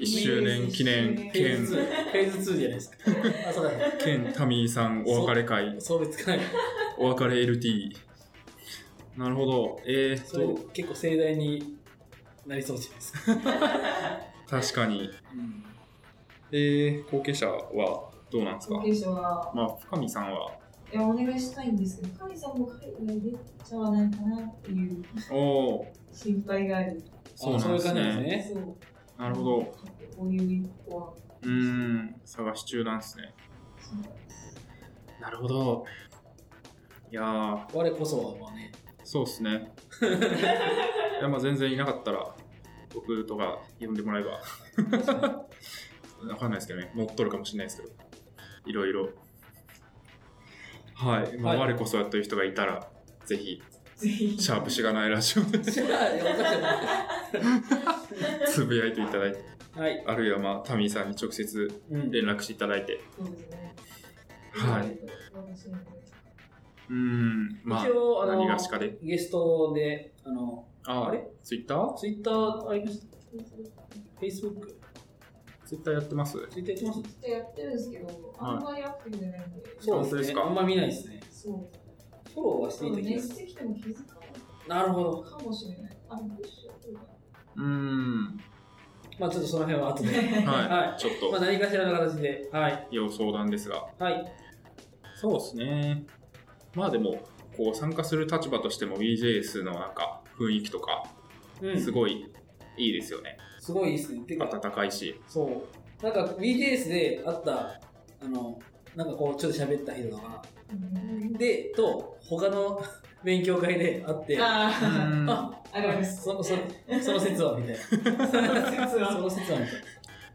EJS1 周年記念
フェー
兼
ズ2、フェーズ2じゃないです か。あ、そうだ、
兼タミーさんお別れ会
それ使ない。
お別れ LT なるほどえー、っ
それ
と
結構盛大になりそうじゃないですか。
確かに
うん
えー、後継者はどうなんですか
後継者は、
まあ深見さんはい
や、お願いしたいんですけど、神様も海外出ちゃわないかなっていう
おお
心配がある。
そうなんです
あそういう感じなんですね
ね
そう。
なるほど。
こういう一歩は。
うーん探し中なんですね
そう
なるほどいやー
我こそはまあね。
そうっすねいやまあ全然いなかったら僕とか呼んでもらえば、わかんないですけどね、乗っとるかもしれないですけど、いろいろ。はい、まあ、
はい
我こそやという人がいたら、ぜひ、
ぜひ。
シャープしがないラジオで
じゃあ、いやおかしいな
つぶやいていただいて、
はい。
あるいは、まあ、タミーさんに直接
うん。
連絡していただいて、
そうですね。
はい。
楽しみです
うーん、まあ
一、応、あ
何
の
が、しかで。
ゲストで、あの、
あ
あれ
ツイッター
ツイッター、ありましたフェイスブック
ツイッターやってます
ツイッターやってま
ちょっとやってるんですけど、あんまりアクティブじゃないんで。
す
そうですね
あんま見ないですね。
そう。
フォローはし
多
ていただ
分
き
熱
ます。
してきても気づかない
なるほど。
かもしれない。あ、どうしようか
うー ん、
まあちょっとその辺は後で。
は
はい
い、ちょっ
まあ
と、
何かしらの形で。はい。
要相談ですが。
はい。
そうですね。まあでも、こう参加する立場としても BJS のなんか雰囲気とか、
うん。
すごいいいですよね。
すごいですね。てか、
暖かいし。
そう。なんか BTS で会った、あの、なんかこう、ちょっと喋った人とか、
な。
で、と、他の 勉強会で会って、
あ
あ、
あ、あります。
その、その、その説は、みたいな。その説はその説は、みたい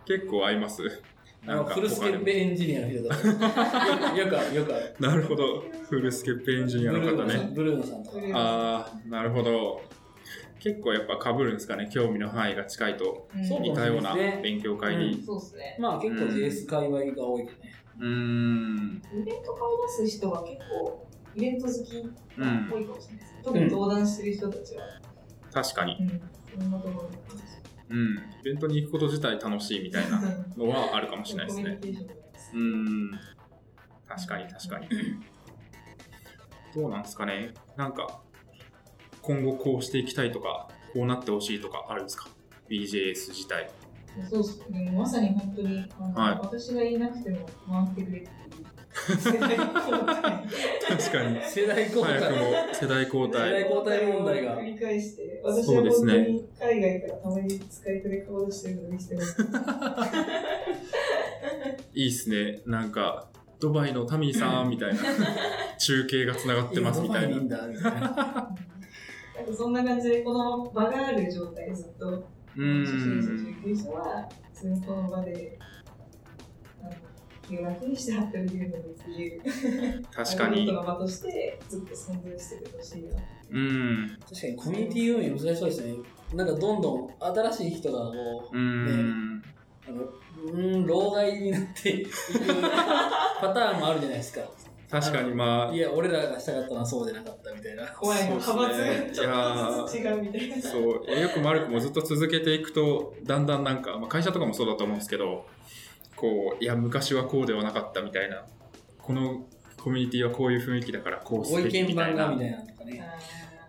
結構合います。
な。あ
なん
の、
か
フルスケ
他で
ッ
も
ペエンジニアの人とか、よくある、よくある。
なるほど。フルスケッペエンジニアの方ね。
ブルーノさんブルーノさんとか。
ああ、なるほど。結構やっぱ被るんですかね。興味の範囲が近いと、
うん
そう
似たような
そうですね
勉強会に。
そうですね。
まあ結構
うん
JS 界隈が多いよね。
うーん。
イベント顔出す人は結構、イベント好き
うん
が多いかもしれないです。特に登壇してる人たちは、
確かに。
うん、いろんなところに。
うん。イベントに行くこと自体楽しいみたいな
うん
のはあるかもしれないですね。
コミュニケーションがあります
うーん。確かに確かに。どうなんですかねなんか、今後こうしていきたいとか、こうなってほしいとかあるんですか ?BJS 自体。
そうっすね。まさに本当に、あの
はい
私がいなくても回ってくれっていう。
確かに。
世代交
早く
代。
も世代交
世代
代。
交代問題が
繰り返して、私は
そうです
本
ね
当に海外からたまに使い手で顔出してるのにして ます。
いいっすね。なんか、ドバイのタミーさんみたいな、中継が繋がってますみたい
い
な
や。ドバイにいいんだ、みたいな。
なんかそんな感じで、この場がある状態でずっと、
う
初心者
ん。
中級者は、そのこの場で、あの、気を楽にして発表できるのでっていう、
確か
アウト
に。
の場として、ずっと存在しててほしいな。
うん。
確かにコミュニティ運営難しそうですね。なんかどんどん新しい人がこう、
うん。
あの、うーん、老害になっていくパターンもあるじゃないですか。
確かにまあ
い、や、俺らがしたかったのはそうじゃなかったみたいな。
怖いな、
そ
派
うっすね
閥がちょっとずつ違うみたいな。
そう、良くも悪くもずっと続けていくと、だんだんなんか、まあ、会社とかもそうだと思うんですけど、こう、いや、昔はこうではなかったみたいな、このコミュニティはこういう雰囲気だから、こうす
ご
べ
意
きみ
見
た
番
い
が
な
みた。いなのとかね。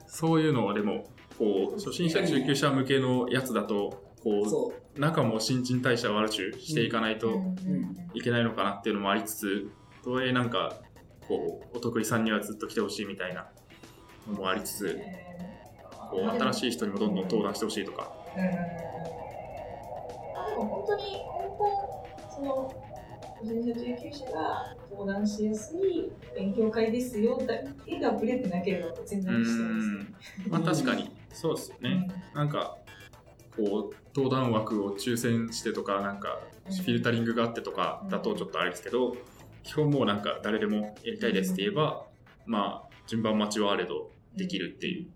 そういうのはでも、こう、初心者、中級者向けのやつだと、こ、
そう
中も新陳代謝を悪くしていかないと
う
いけないのかなっていうのもありつつ、とはいえなんか、こう、お得意さんにはずっと来てほしいみたいなのもありつつ、こう、新しい人にもどんどん登壇してほしいとか。
うんうんうんあでも本当に根本その初心者中級者が登壇しやすい勉強会ですよだけがブレてなければ全然してますね。
まあ確かにそうですよね、なんかこう登壇枠を抽選してとかなんか
うん
フィルタリングがあってとかだとちょっとあれですけど、基本もうなんか誰でもやりたいですって言えば、まあ順番待ちはあれどできるっていう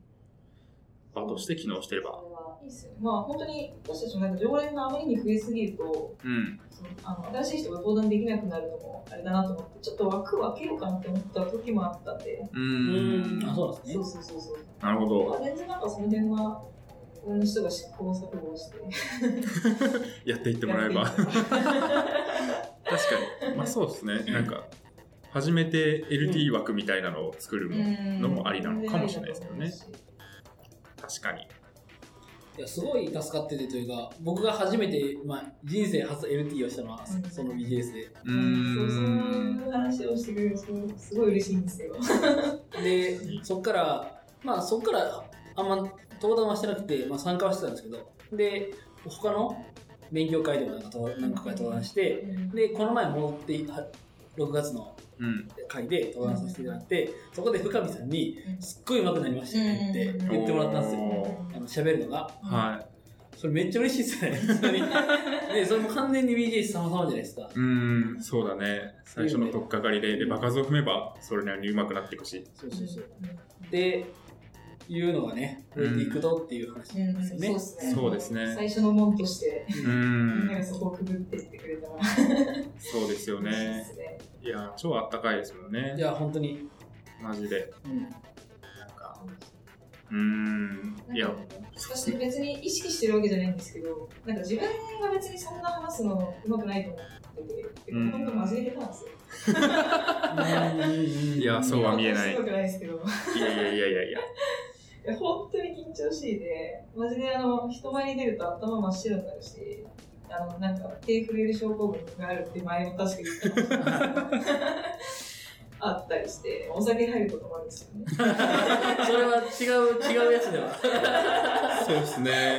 場として機能してれば
それはいいっすよねまあ本当に私たちもなんか常連があまりに増えすぎると
うん
そのあの新しい人が登壇できなくなるのもあれだなと思ってちょっと枠分けようかなって思った時もあったんで、
う
う
ーん
ーん。あ、そうなんです
そ
ね
う。そうそうそう
なるほ
ま
ど
あ全然なんかその辺はいろんな人が試行錯誤して
やっていってもらえば確かにまあそうですねなんか初めて LT 枠みたいなのを作るも、のもありなのかもしれないですけどね確かに
いや、すごい助かっててというか、僕が初めて、まあ、人生初 LT をしたのは、
うん
その BTS で。
うー
そうそうんいう話をしてくれるとすごい嬉しいんですよ。
で、そっから、まあそっからあんま登壇はしてなくて、まあ参加はしてたんですけど、で、他の勉強会でもなんかと何個か登壇して、で、この前戻ってい、は6月の
うん、
会で登壇させていただいて、そこで深見さんに、すっごい上手くなりましたねって
うん
言ってもらったんです
お
よ。
ー
あの喋るのが。
は
そそれめっちゃ嬉しいっすね。普 通にね、それも完全に BJ 様々じゃないですか。
うーん、そうだね。最初の取っかかりで、で、場数を踏めば、それなりにうまくなっていくし。
そうそうそう。っていうのがね、
うん
増えていくとっていう話
うん
ですよね。
そうっすね。
そうですね
最初の門として、
う
みんな
ー
が
ん、
そこをくぐってってくれたら、
そうですよ
嬉しいで
ね。
すね。
いや、超あったかいですもん
い
ね。
や、本当に。
マジで。
うん。
なんか、うーん、いや、
私別に意識してるわけじゃないんですけど、なんか自分が別にそんな話すのうまくないと思ってて、
うん
ほとんど真面目なんですよ。
いやそうは見えない
すごくないですけど、
いやいやいやいやい
い
や。
や本当に緊張しいで、マジであの人前に出ると頭真っ白になるし、あのなんか手震える症候群があるって前も確かに言ってましたあったりして、お酒入ることもあるんですよね。
それは違う、違うやつでは。
そうですね。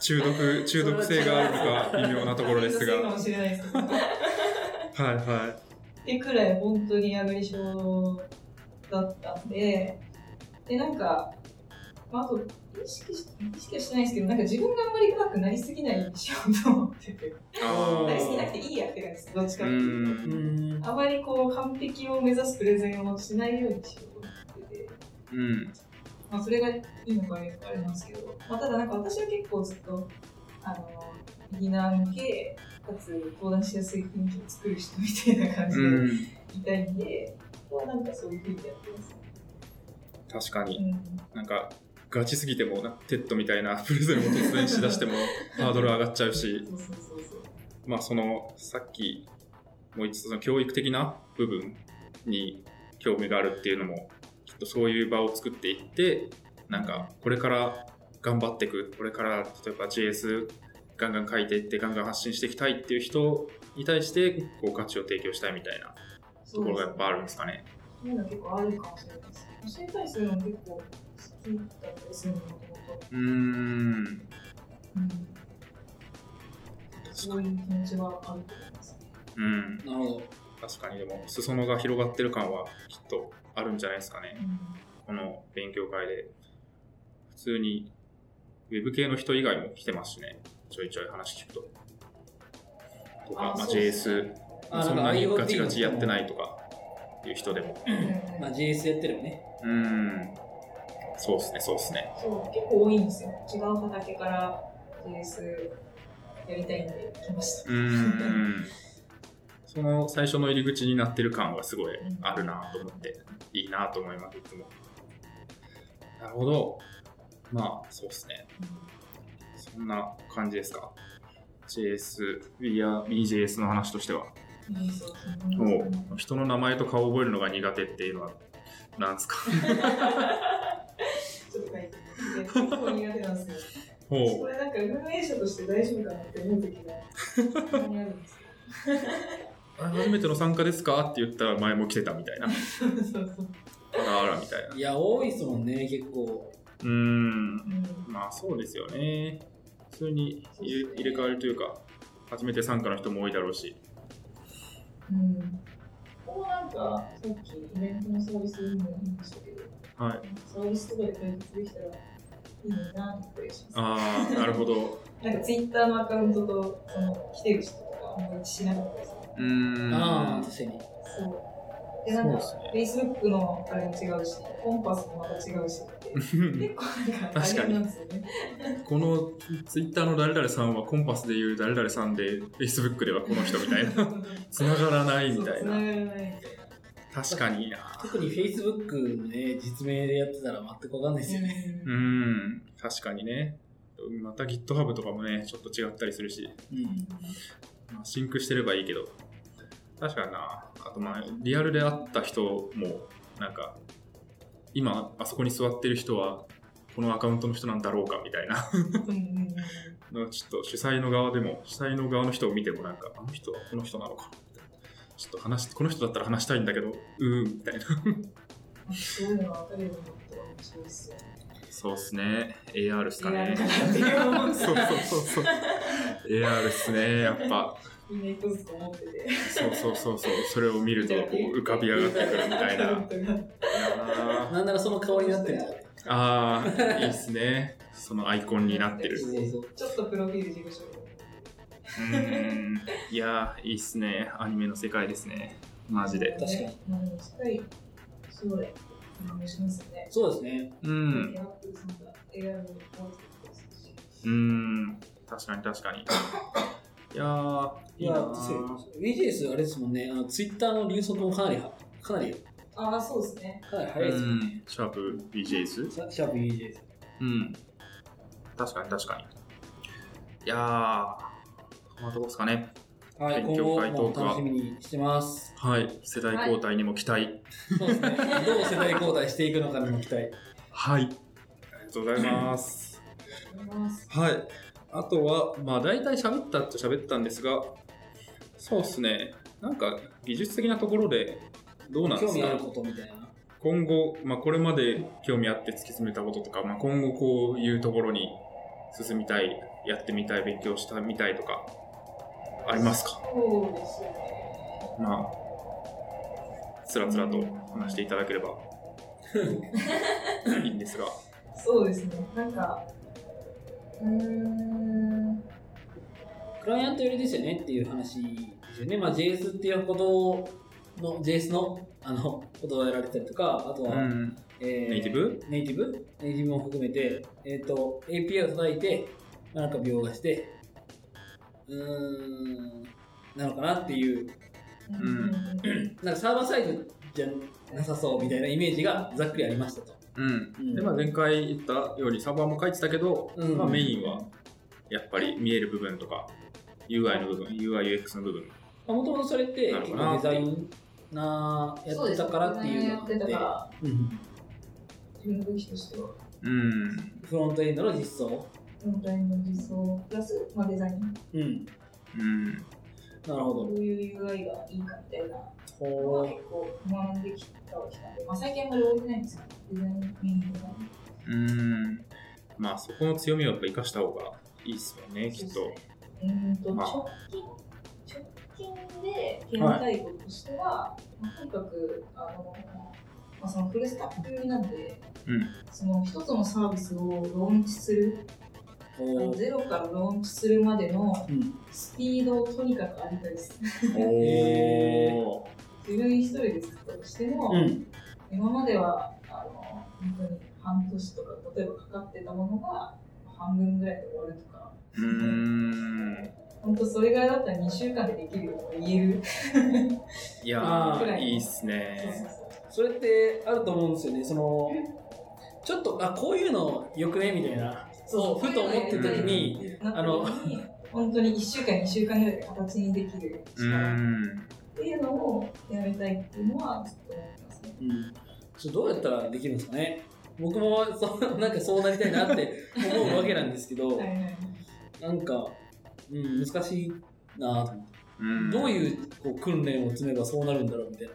中毒、中毒性があるのか微妙なところですが。
気のせいかもしれ
は
ないですけど。
いは
ってくらい本当にアグリ症だったんで、で、なんか、まあ、あと意識し、意識はしてないですけど、なんか自分があんまり上手くなりすぎないようにしよ うと思ってて、
い。あ
なりすぎな
ー
くていいやって感じです、どっち
う
かっていうと。
う
ーん。
ん。
あまりこう完璧を目指すプレゼンをしないようにしようと思ってて、
うん。
まあ、それがいいのか悪いのかあれなんですけど、まあ、ただなんか私は結構ずっと、あの、避難系、かつ登壇しやすい雰囲気を作る人みたいな感じで、
うん。
いたいんで、ここはなんかそういうふうにやってます。
確か
う
に。
ん、
なんか、ガチすぎても、なんかテッドみたいな プレゼンを突然しだしても、ハードル上がっちゃうし、
そうそうそうそう。
まあその、さっき、もう一度その教育的な部分に興味があるっていうのも、きっとそういう場を作っていって、なんか、これから頑張っていく、これから、例えば JS ガンガン書いていって、ガンガン発信していきたいっていう人に対して、こう価値を提供したいみたいなと
そ
こ
う
ろ
です
がやっぱあるんですかね。
そういうの結構あるかもしれないです。教えたりするのも結構好きだったりするのもともと、
うーん。
うん、そういう気持ちはあると思います。
うん。
なるほど。
確かにでも裾野が広がってる感はきっとあるんじゃないですか
う
ね
ん
この勉強会で普通にウェブ系の人以外も来てますしねちょいちょい話聞くととか
あ
まあ、
そう
JS
あ
そんなに
なんか IoT
ガチガチやってないとかいう人でも
うん
まあ、GS やってるよね。
うーんそうっすねそうっすね
そう結構多いんですよ。違う畑から JS やりたいんで来ました。
うーんその最初の入り口になってる感はすごいあるなと思って、いいなと思います、いつも。なるほど。まあ、そうですね。そんな感じですか。JS、We are BJS の話としては。
うんそう
もう、人の名前と顔を覚えるのが苦手っていうのは、なんですか。
ちょっと書いてみて、結構苦手なんですよ。
ほ
これなんか運営者として大丈夫かなって思う時がたまにあるんですよ。
う。あれ初めての参加ですかって言ったら前も来てたみたいな。
そうそうそう。
あらあらみたいな。う
いや、多いっすもんね、結構。
ーん。
うん。
まあそうですよね。普通に入れ入れ替わりというか、初めて参加の人も多いだろうし。
うん。ここもなんか、さっきイベントのサービス運営も言いましたけど、
はい。
サービスとかで解決できたらいいのになって思います。
ああ、なるほど。
なんかツイッターのアカウントと、その、来てる人とか、あんまりしなかったですね。
うーん。
ああ、確かに。
そう。で、なんか、
そうで
Facebook のあれも違うし、コンパスもまた違うしって、結構なんか大変なんですよね。
このツイッターの誰々さんはコンパスでいう誰々さんで、Facebook ではこの人 みたい な。繋がらないみたい
そう繋が
な。
らない
確かにな。
特に Facebook のね、実名でやってたら全くわかんないですよね。
うーん。確かにね。また GitHub とかもね、ちょっと違ったりするし、
うん。
まあシンクしてればいいけど。確かにな。あとまあ、リアルで会った人も、なんか、今、あそこに座ってる人は、このアカウントの人なんだろうかみたいな。
うんうんうん
のちょっと主催の側でも、主催の側の人を見てもなんか、あの人はこの人なのかみたいな。ちょっと話し、この人だったら話したいんだけど、うーん、みたいな。
うんそういうのが分かるようになったら面白いっすよね。
そうっすね。AR っすか
AR
ね
か。なっていう思うんです
そうそうそうそう。AR っすね。やっぱ、
みんな一個ずつ思ってて。
そうそうそうそう。それを見ると、こう、浮かび上がってくるみたいな。いやー
なんならその顔になってるとかね。
ああ、いいですね。そのアイコンになってる。
そうそう
ちょっとプロフィール事務所
うん。いやー、いいっすね。アニメの世界ですね。マジで。
確かに。
まあでもしっかり、すごい、何もしますね。
そうですね。
う。
うんアップルさんが AI を持ってますし。
うん。確かに確かに。いやー、いいなー。
BGS あれですもんね、あのツイッターの流速もかなりは、かなり、
ああ、そうですね。
かなり
う
早いですもんね。
ん。シャープ BJs?
シャシャープ BGS。
うん。確かに確かに。いやー、こんなとこですかね。
はい、
勉
今
強
後
会
も
トークは
楽しみにしてます。
はい。世代交代にも期待。
そうですね。どう世代交代していくのかにも期待。
はい。ありがとうございます。
ありがとうございます。
はい。あとは、まあ大体喋ったっちゃ喋ったんですが、そうですね。なんか技術的なところでどうなんで
興
す
味ある
か
ことみたいな。
今後、まあこれまで興味あって突き詰めたこととか、まあ今後こういうところに進みたい、やってみたい、勉強したみたいとか、ありますか
そうですね。
まあ、つらつらと話していただ ければいいんですが。
そうですね。なんか、うーん、
クライアント寄りですよねっていう話ですよね。まあ、JS っていうことの、JS の、あの、ことをやられたりとか、あとは、
うん。
えー
ネイティブ
ネイティブネイティブも含めて、えっ、と、API を叩いて、なんか描画して、うーん、なのかなっていう、
うん
なんかサーバーサイドじゃなさそうみたいなイメージがざっくりありましたと。
うん。
うん
でまあ、前回言ったようにサーバーも書いてたけど、
うん
まあ、メインはやっぱり見える部分とか UI の部分 UIUX の部分
まあ、もともとそれって、
な
結
るほ
構
ど
デザイナーやってたからっていうの
や
があっ
っ
て
てたから、
うん
自分の武器としては、
うん
フロントエンドの実装。
オンラインの実装プラス、まあ、デザイン、
うん。
うん
なるほ
ど
ど。
ういう UI がいいかみたいなの
ほ
は
う
結構学んできたわけなんで、まあ、最近あんまり置いてないんですけど、デザインメインとか。
うんまあそこの強みをやっぱ生かした方がいいっすよねきっと
うーんと、
まあ
直近、直近で決めたいこととしては、まあとにかく、あの、まあ、そのフルスタッフなんで、
うん
その一つのサービスをローンチする、
ほう
ゼロからローンチするまでの
うん。
スピードをとにかく上げたいです。
へ
お
自分一人で作ったとしても、
うん。
今までは、あの、本当に半年とか、例えばかかってたものが、半分ぐらいで終わるとか、
ーうん
本当それぐらいだったら2週間でできるよとか言える。
いや
あ
ー
ー
いいっすね
それってあると思うんですよね。その、ちょっと、あ、こういうのよくねみたいな。そう、ふと思ってた時に、
あの本当に1週間2週間ぐらいで形にできる
う
力っ
ん
ていうのをやりたいっていうのはちょっと思ってますね。
うん。ちょっとどうやったらできるんですかね。僕もそ、なんかそうなりたいなって 思うわけなんですけど
は、いはい
なんか、うん、難しいなと思って。
うん
どういうこう訓練を積めばそうなるんだろうみたいな。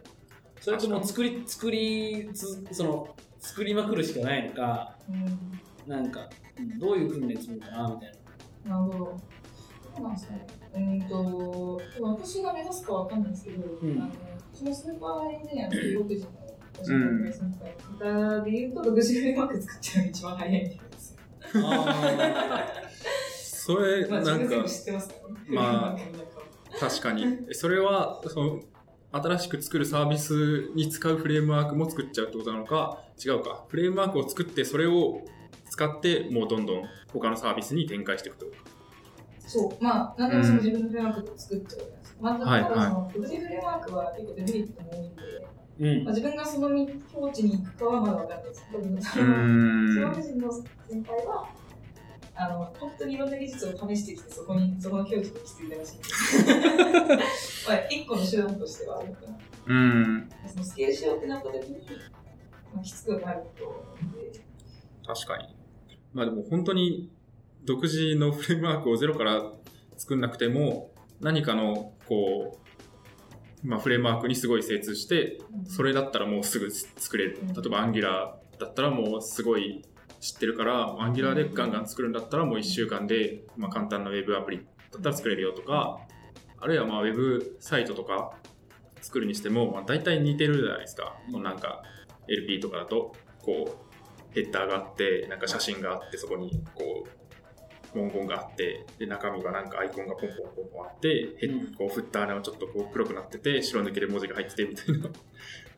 それとも作り、作りつ、その、作りまくるしかないのか、
うん、
なんか、うんどういう訓練積むのかなみたいな。
なるほど。どうなんですかね。うーんと、でも私が目指すかわかんないですけど、
ん
あのそのスーパーエンジニアの中国人のお仕事の先輩の方で言うと、60よりうまく作っちゃうのが一番早いみたいです。
あ
それ
まあ、
な
自分
ん
全
か
部知って ますからね。
ま確かに。それは、その、新しく作るサービスに使うフレームワークも作っちゃうってことなのか、違うか。フレームワークを作って、それを使って、もうどんどん他のサービスに展開していくと。
そう、まあ、なんでもその自分のフレームワークを作っちゃうじゃないですか。まあ、た
はい
だ、その、独自フレームワークは結構デメリットも多いんで、
ーうん
まあ、。自分がその境地に行くかはまだわかんないですけど、そ
ー
の、中
ん
国人の先輩は、あの、本当にいろんな技術を試してきて、そこに、 そこの境地に行き着いたらしいんです。まあ、一個の手段としては、
うん。
そのスケールしようってなった時に、まあ、きつくなると思うんで、
確かに。まあでも本当に、独自のフレームワークをゼロから作んなくても、何かの、こう、まあフレームワークにすごい精通して、それだったらもうすぐ作れる
うん
例えばアンギュラーだったらもうすごい知ってるからアンギュラーでガンガン作るんだったらもう1週間で、まあ、簡単なウェブアプリだったら作れるよとかあるいはまあウェブサイトとか作るにしても、まあ、大体似てるじゃないですか、
うん
こうなんか LP とかだとこうヘッダーがあって、なんか写真があって、そこにこう、文言があって、で、中身はなんかアイコンがポンポンポンポンあって、ヘッ
うん
こう、フッターのちょっとこう黒くなってて、白抜けで文字が入っててみたい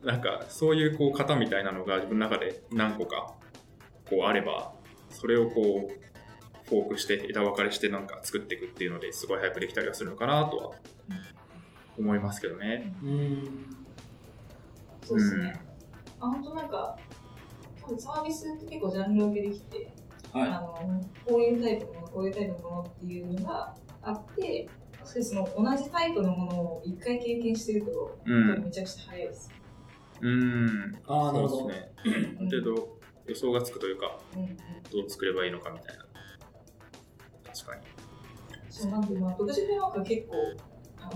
な、なん かそういうこう型みたいなのが自分の中で何個かこうあれば、それをこう、フォークして枝分かれしてなんか作っていくっていうのですごい早くできたりはするのかなとは思いますけどね。
うん。
そうですね。あ、本当なんか、多分サービスって結構ジャンル分けできて、
はい
あの、こういうタイプのもの、こういうタイプのものっていうのがあって、そしてその同じタイプのものを一回経験してると、
う
多分
ん。
めちゃくちゃ早いです。
うん。
ああ、なる
そ
ほど。
うですね。ある程度予想がつくというか、
うんうん。
どう作ればいいのかみたいな。確かに。
そうなんで、まあ、独自フレームワークは結構、あ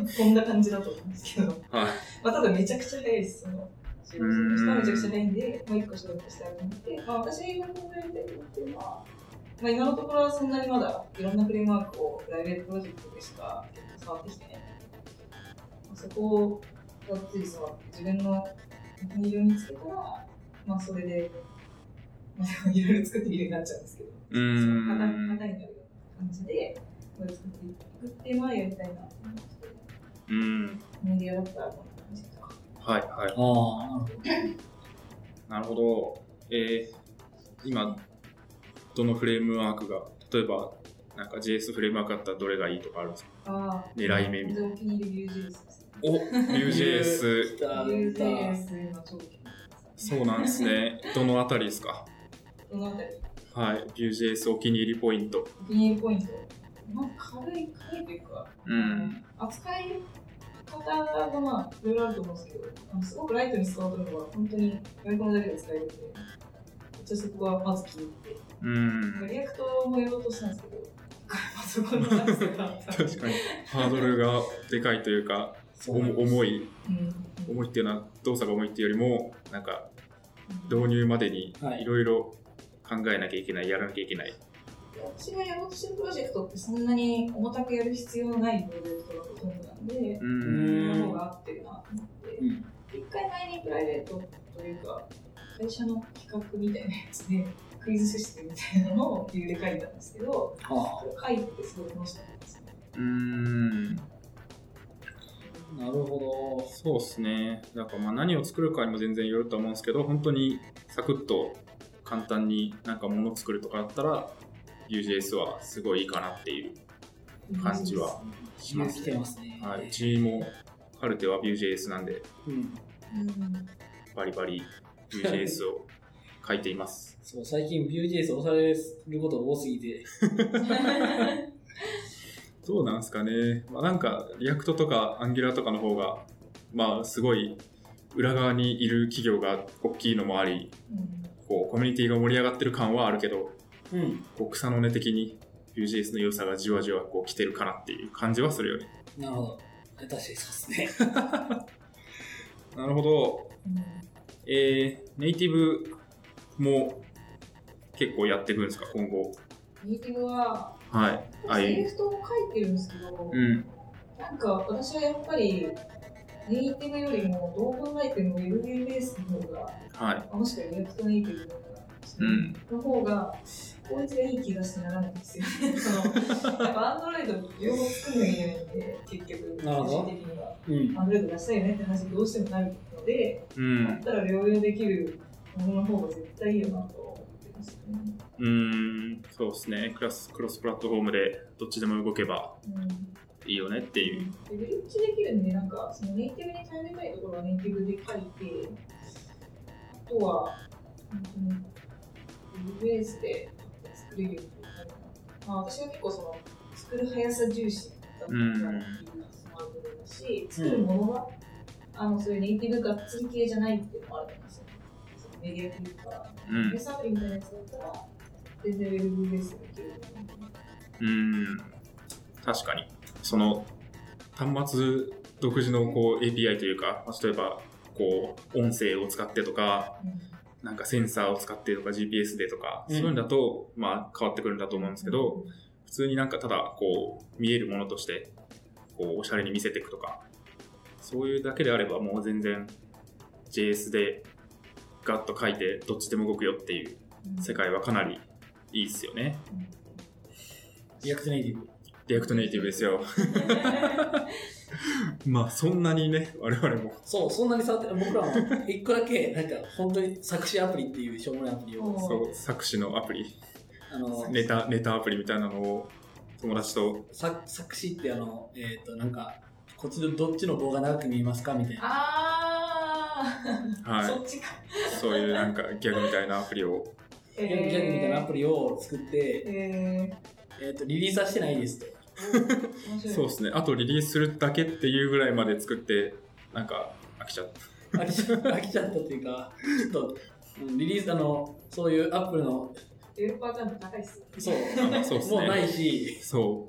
のこんな感じだと思うんですけど、
はい。
まあ、ただめちゃくちゃ早いです。その仕事としてはめちゃくちゃ早いんで、まあ、一個仕事としてあげて、まあ、私が考えてるっていうのは、まあ、今のところはそんなにまだいろんなフレームワークをプライベートプロジェクトでしか結構触ってきてない。まあそこをがっつり触って自分のお気に入りを見つけたら、まあ、それで、まあ、いろいろ作ってみるようになっちゃうんですけど。
う
その型に
ん
な。るような感じで、これ作っていくっていうのはやりたいなと思って、
うん。
メディアだったらこんな感じとか。
はい、はい。
ああ、なるほど。
なるほど。えー今、どのフレームワークが、例えば、なんか JS フレームワークだったらどれがいいとかあるんですか
ああ、
狙い目み
全
たい
然
な。
お気に入りビュージェイスですね。
お Vue.js。
来た
ビ
出
ュージ
た
ェイスの超気に入りです。
そうなんですね。どのあたりですか
どのあたり
はい。Vue.js お気に入りポイント。
お気に入りポイント。なんか軽い、軽いというか、
うん。
扱い方がまあ、いろいろあると思うんですけど、あのすごくライトに使うというのは、本当にやり込むだけで使えるんで、めっちゃそこはまず気に入って。
うん。
リアクトもやろうとしたんですけ ど、パソコンの話とか あったんで
確かに、ハードルがでかいというか、お
そう
も重い。
うん
重いっていうのは、動作が重いっていうよりも、なんか、導入までに
はい
いろいろ考えなきゃいけない、やらなきゃいけない。
私がやろうとしてるプロジェクトってそんなに重たくやる必要のないプロジェクトがほとんどなんで、
う
そ
ん
の方が合ってるなと思って、
うん
一回前にプライベートというか、会社の企画みたいなやつで、クイズシステムみたいなのを理由で書いたんですけど、
あ
書いてすごい楽しかったですね。
うん。
あ、なるほ
そうですね。なんかまあ何を作るかにも全然よるとは思うんですけど、本当にサクッと簡単になんか物を作るとかだったら、UJS はすごいいいかなっていう感じはし
ど。
ま
今
す
来て
ね。
ますね。
はい、うちもカルテは Vue.js なんで、
うん。
うん
バリバリ Vue.js を書いています。
そう、最近 Vue.js 押されることが多すぎて。
どうなんですかね。まあ、なんか、リアクトとかアンギュラーとかの方が、まあ、すごい裏側にいる企業が大きいのもあり、
うん
こう、コミュニティが盛り上がってる感はあるけど、
うん。
こう草の根的に UJS の良さがじわじわこう来てるかなっていう感じはするよね。
なるほど。確かにそうですね。
なるほど。
うん
えー、ネイティブも結構やっていくんですか、今後。
ミーティングは、
はい。あ
セリ
い
フとも書いてるんですけど、
うん。
なんか私はやっぱりネイティブよりもどう考えても Web ベースの方が、
はい。
もしくはリアクトネイティブの方が、
うん。
の方が効率がいい気がしてならないんですよね。 そのやっぱ Android 両方作んなきゃいけないんで、結局、
なるほど
的には。
うん。
Android 出したいよねって話にどうしてもなるので、
う
だ
ん
っ。たら両用できるものの方が絶対いいよなと思ってますね。
うーん。そうですね。クラス、クロスプラットフォームでどっちでも動けば
うん
いいよねっていう。
でブリッジできるんで、なんかそのネイティブに頼りたいところはネイティブで書いて、あとは、本当に、ウェブベースで作れるようになるかな。まあ、私は結構その、作る速さ重視だったのかなっていう発想もあると思うし、作るものは、あの、そういうネイティブがっつり系じゃないっていうのもあると思うんですよね。そのメディアというか、
う
メ
ん。
サプリみたいなやつだったら、全然ウェブベースでできると思う。
うん。確かに。その、端末独自のこう API というか、まあ例えば、こう、音声を使ってとか、なんかセンサーを使ってとか GPS でとか、
うん
そういうんだと、まあ変わってくるんだと思うんですけど、
うん
普通になんかただこう見えるものとして、こうおしゃれに見せていくとか、そういうだけであればもう全然 JS でガッと書いてどっちでも動くよっていう 世界はかなりいいですよね。
リアクトネイティブ。
リアクトネイティブですよ。まあそんなにね、我々も。
そう、そんなに触って、僕らも一個だけ、なんか、本当に作詞アプリっていうしょうもないアプリを、
そう、作詞のアプリ、
あの、
ネタ、ネタアプリみたいなのを友達と、
作作詞ってあの、えっ、と、なんか、こっちのどっちの棒が長く見えますかみたいな。
ああ、
は
そ
い、
っちか。
そういうなんかギャグみたいなアプリを、
ギ
ギャグギャグみたいなアプ
リ。
リを作って、
え
えっ、と、リリースはしてない ですと。
ー、面白い。
そうですね、あとリリースするだけっていうぐらいまで作って、なんか飽きちゃった。
飽きちゃ飽きちゃったっていうか、ちょっと、うんリリース、あの、そういうアップルの、
デベロッパージャンプ高いっす。
そう、
あそうです
もうな
ね。
いし、
そ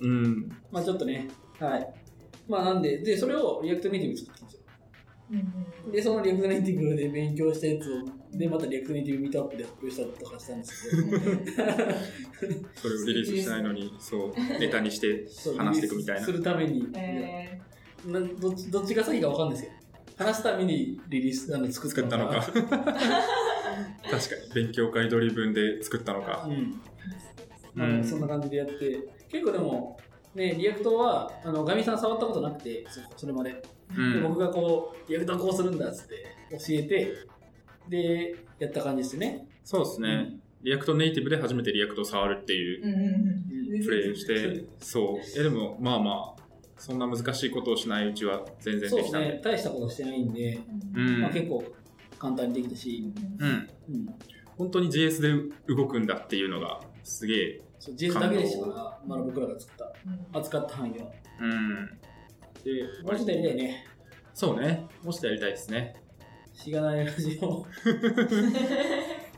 う。うん、
まあちょっとね、はい。まあなんで、で、それをリアクトネイティブ作ったんですよ。
うんうん
で、そのリアクトネイティブで勉強したやつを、で、またリアクトネイティブミートアップで発表したりとかしたんです けど、
それをリリースしないのに、そう、ネタにして、
そう
話していくみたいな
リリースするために、
え
などっちどっちが先かわかんないですよ。話すためにリリース、あの、作
作っ たのか。。確かに、勉強会ドリブンで作ったのか。
うん。
う、
あのそんなん感じでやって、結構でも、ね、リアクトは、あの、ガミさん触ったことなくて、そそれまで。
う
で僕
ん、
がこう、リアクトはこうするんだっつって教えて、で、やった感じですよね。
そうですね。リアクトネイティブで初めてリアクトを触るっていう
ー、うんうん
う。
うんん。
プレイをして、そう。いやでも、まあまあ、そんな難しいことをしないうちは全然
そうで
でき
す
たんで。
ね。大したことしてないんで、
うん
うん
まあ、結構簡単にできたし、
う
うん
ん。
うん。
本当に JS で動くんだっていうのが、すげえ。
そう、JS だけでしたから、まだ僕らが作った、扱った範囲は。
うん。で、
もうちょっとやりたいね。
そうね。もうちょっとやりたいですね。
しがないラジオ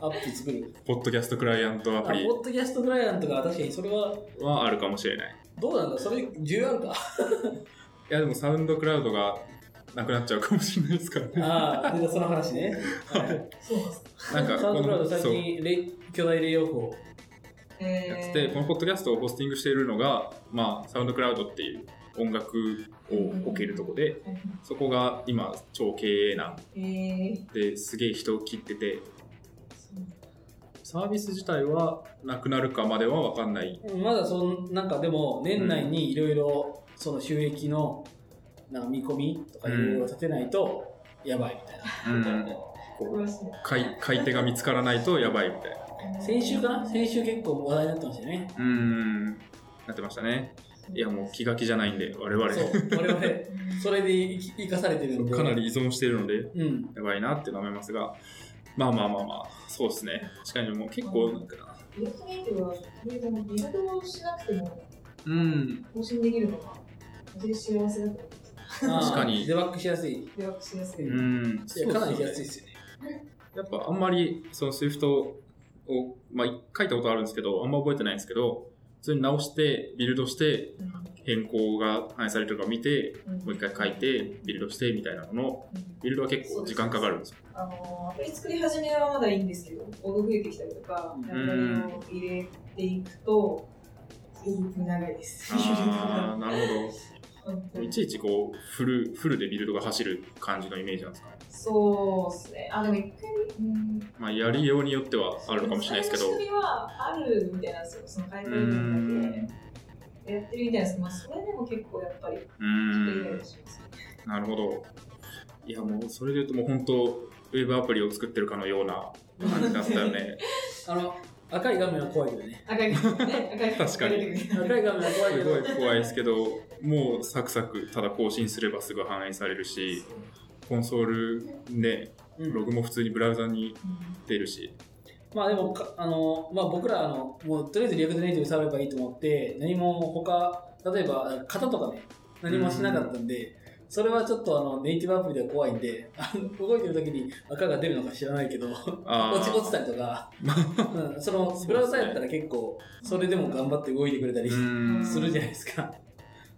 アップ作る。
ポッドキャストクライアント
あ、
ア
ポ
プリ
ッドキャストクライアントが確かにそれは、
はあるかもしれない。
どうなんだそれ、重要あるか
いや、でもサウンドクラウドがなくなっちゃうかもしれないですから ね。
ああ、でその話ね。はい
そうなんですか。
なんか
サウンドクラウド
この
最近、レイ巨大レイオフを。
え
や
ー
つで、このポッドキャストをホスティングしているのが、まあ、サウンドクラウドっていう音楽を置けるとこで、そこが今、超経営難
えー、
で、すげえ人を切ってて、
そう
サービス自体はなくなるかまでは分かんない。
まだそん、なんかでも、年内にいろいろ、その収益の、なんか見込みとかいろいろ立てないと、やばいみたいな。
これはそう
買い買い手が見つからないとやばいみたいな。
先週かな先週結構話題になってましたよね。
うん。なってましたね。いや、もう気が気じゃないんで、我々。
そう、我々、それで生き生かされてるんで。
かな。り依存しているので、
うん。
やばいなって思いますが、まあまあまあまあ、そうですね。確かにもう結構、なんかな。
リアクトネイティブは、リアクトをしなくても
うん。
更新できるのが、非常に幸せだと思います。
確
かに
デバッグしやすい。
予約しやすい。
うん。
いや、かなりしやすいですよね。
やっぱあんまりその Swift を、まあ、書いたことあるんですけど、あんま覚えてないんですけど、普通に直して、ビルドして、
うん
変更が反映されてるかを見て、
うん
もう一回書いて、ビルドしてみたいなのの、ビルドは結構時間かかるんですよ。
あのアプリ作り始めはまだいいんですけど、オード増えてきたりとか、流れを入れていくと、いい分長いです。
ああ、なるほ
本当
ど。い
に
ちいちこう、フル、フルでビルドが走る感じのイメージなんですかね。
そうですね。あ、でも一回、うん、
まあ、やりようによってはあるかもしれないですけど
最初の仕。組みはあるみたいなんですよ、その海
う
外部
ー
分
ん
だ。けやってるみたいなんですけど、まあ、それでも結構やっぱり、
うー
作り
ん
が。 します。
なるほど。いや、もう、それで言うともう本当、ウェブアプリを作ってるかのような感じだったよね。
あの、赤い画面は怖いけどね。
赤いですね、赤い。
確かに
赤い画面は怖いけ
す
ど
ごい、怖いですけど、もうサクサク、ただ更新すればすぐ反映されるし、コンソールね、
うん
ログも普通にブラウザに
うん
出るし、
まあでもか、あの、まあ僕ら、あの、もうとりあえずリアクトネイティブ触ればいいと思って、何も他、例えば、型とかね、何もしなかったんで、それはちょっとあの、ネイティブアプリでは怖いんで、 あの動いてる時に赤が出るのか知らないけど、落
あー
ち、落ちたりと か、うん、その、ブラウザやったら結構、それでも頑張って動いてくれたり
うーん
するじゃないですか。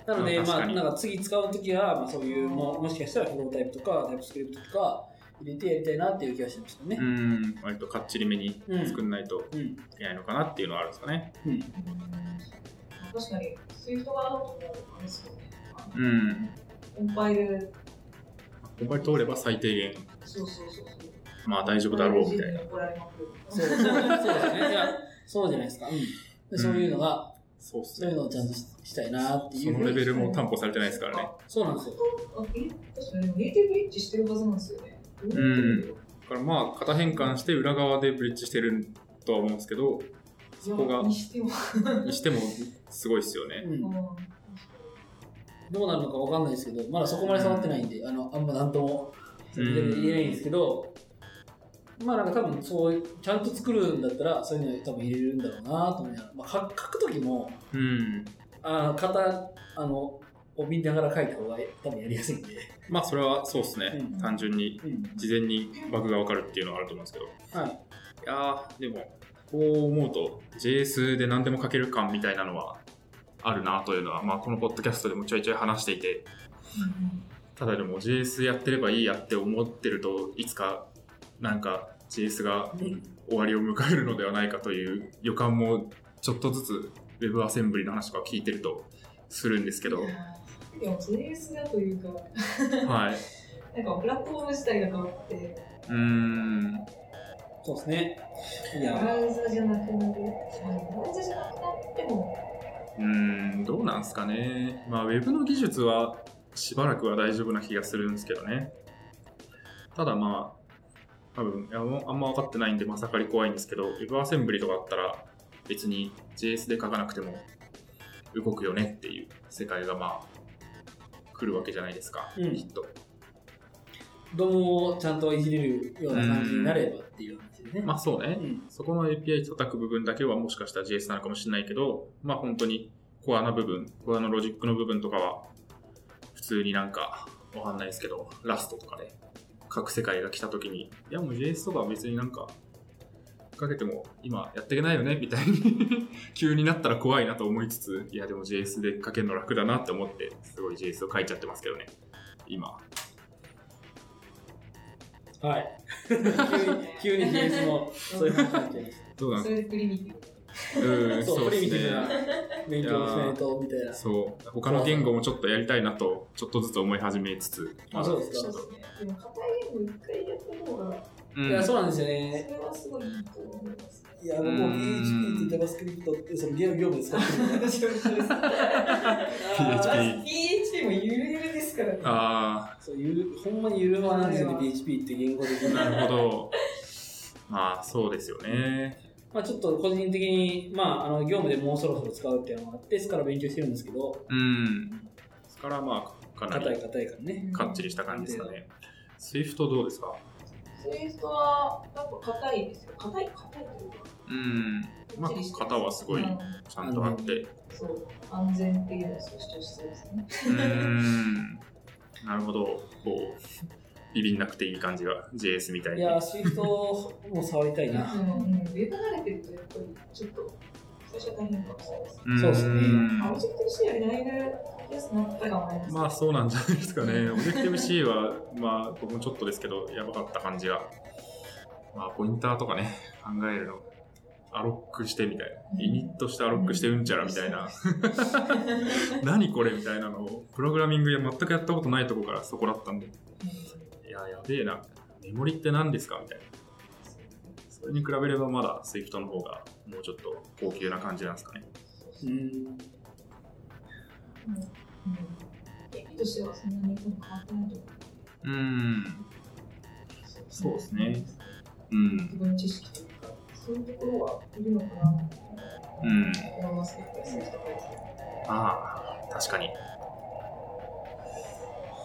なので、
まあ
ま
確
あ、
かに
なんか次使うときは、まあそういう、もうもしかしたらフロータイプとか、タイプスクリプトとか、入れてやりたいなっていう気がしましたね
う。ん、割とかっちりめに
うん
作んないと
うん。
いけないのかなっていうのはあるんですかね。
うん。
確かに、スイフトがあると思うのですよね。
うん。
コンパイル、
コンパイル通れば最低限
そうそうそうそう。
まあ大丈夫だろうみたいな。
怒られまくる。
そうそうそうですね。いや、そうじゃないですか。うんでそういうのが、
そうっす
そうい
ね
う。のをちゃんとししたいなってい。
そうのレベルも担保されてないですからね。
そうなんですよ。
あえ確かにネイティブリッジしてるはずなんですよね。どうなってるんだろう。
だからまあ、型変換して裏側でブリッジしてるとは思うんですけど、そこが
いやにしても。
にしてもすごいっすよね。
うん。
うん
どうなるのかわかんないですけど、まだそこまで触ってないんで、あの、あんまなんとも
う
全然言えないんです
ん
けど、まあなんか多分そういう、ちゃんと作るんだったら、そういうの多分入れるんだろうなと思いながら、まあ、か書くときも、
うん。
あの、型、あの、を見ながら書いた方が多分やりやすいんで。
まあ、それはそうっすね。
うん
単純に、
うん。
事前にバグがわかるっていうのはあると思うんですけど。い
はい。
やー、でも、こう思うと、JS で何でも書ける感みたいなのはあるなというのは、まあ、このポッドキャストでもちょいちょい話していて、ただでも JS やってればいいやって思ってるといつかなんか JS が終わりを迎えるのではないかという予感もちょっとずつ Web アセンブリの話とか聞いてるとするんです けど、
いやーでも JS だというか、
は
な
い。
んかプラットフォーム自体が変わって、
うーん。
そうですね。い
ブ
や、
ラウザじゃなくなって、ブラウザじゃなくなっても、
うーん、どうなんすかね。まあ、Web の技術はしばらくは大丈夫な気がするんですけどね。ただまあ、多分いやもうあんま分かってないんで、まさかり怖いんですけど、Web アセンブリとかあったら、別に JS で書かなくても動くよねっていう世界がまあ、来るわけじゃないですか、
うん
きっと。
どうもちゃんといじれるような感じになればっていう話でね。
まあそう
う
ね。
ん。
そこの API 叩く部分だけはもしかしたら JS なのかもしれないけど、まあ本当にコアな部分、コアのロジックの部分とかは、普通になんか、わかんないですけど、ラストとかで、各世界が来た時に、いやもう JS とかは別になんか、かけても今やっていけないよね、みたいに、 急になったら怖いなと思いつつ、いやでも JS でかけるの楽だなって思って、すごい JS を書いちゃってますけどね、今。
はい。急に、急に JS の、そういう話になっちゃいました。
どうなん
そ
で
れで
すか
プリミティブ。
うん、
そう、
そう
プリ
で
ミ
す
ティブな
ね。
勉強をしないと、みたいな。
そう他の言語もちょっとやりたいなとちょっとずつ思い始めつつ
あそうです
そ
か
うですね。でも、硬いゲーム一回やった方が、
うん
いや、そうなんですよ
そ
ね。
れはすごいいいと思いますね。
いや、僕も PHP と JavaScript ってそのゲーム業務で使ってるんで。
私 も一緒です。
PHP
PHP もゆるゆるですからね。
あ
そうゆるほんまにゆるまなんですよね、PHP って言語的
あ
に。
なるほどまあそうですよね
まあちょっと個人的に、まああの、業務でもうそろそろ使うっていうのがあって、スから勉強してるんですけど、
うんですからまあかな
硬い
り
硬いからね。
かっちりした感じですかね SWIFT どうですか
スイフトは、なんか硬いですよ。硬い、硬いというか。
うんまあ型はすごい
うん
ちゃんとあって
そう、安全っていうのを主張してですね。
うんなるほどこうビビんなくていい感じが JS みたい
い
に
や、スイフトも触りたいな。
うん、うん、ウェブ慣れてるとやっぱりちょっと最初は大変かもしれないです。
うん
そうですね
あ、オブジェクトしてよりだいぶ安くなったかもね。
まあそうなんじゃないですかね。オブジェクティブ C は、まあ僕もちょっとですけど、やばかった感じが。まあポインターとかね、考えるの。アロックしてみたいな。イニットしてアロックしてうんちゃらみたいな。何これみたいなのを、プログラミングや全くやったことないとこからそこだったんで、いや、やべえな。メモリって何ですかみたいな。それに比べればまだ Swift の方がもうちょっと高級な感じなんですかね。
うん。
うんうん意味としてはそんなに変わってないと思う。
うん。そうですね。うん
自。分の知識というか、そういうところはいるのかな
うん。
と思いますね。やっぱりそういう人がいる
ああ、確かに。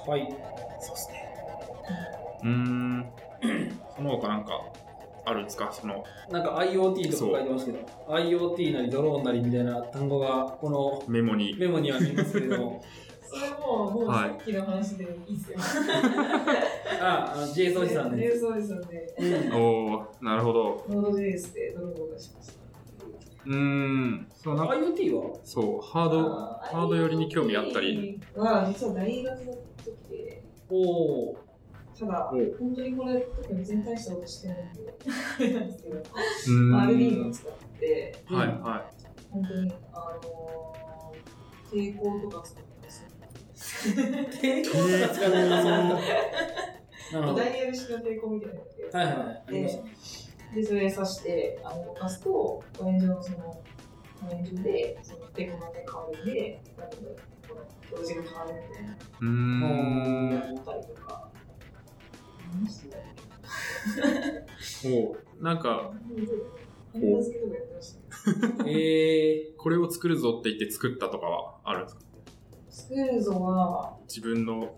はい。
そうですね。うーん。その他なんかあるんですかその
なんか IoT とか書いてますけど、IoT なりドローンなりみたいな単語が、この
メモに。
メモには見えますけれど も、
それも、もうさっきの話でいいですよ。
あ、あの JSON さんね。
そうですよね。
うん。
おお、なるほど。
ノード JS でドロボがしました。
うーん。そのなんか
IoT は
そう、ハード。ハード寄りに興味あったり。
は、実は大学の時で、
おお。
ただ
お、
本当にこれ、特に全然大したことして ないんで、あれなんですけど、
うーん
まあアルビームを使って、
はいは
本当に、あのー、抵抗とか使ってます。
抵抗とか使ってます。なるほど。は
ダ
い
イヤル式の抵抗みたいなので、
はいはい。ありましたね。
で、それ刺して、あの動かすと、画面上のその、画面上で、その抵抗がね変わるんで、なんかこの表示が変わるみたいな
うーん。
やったりとか。何してたっけ
おうなんか、
片付けとかやってましたね。
え
これを作るぞって言って作ったとかはあるんですか
作るぞは、
自分の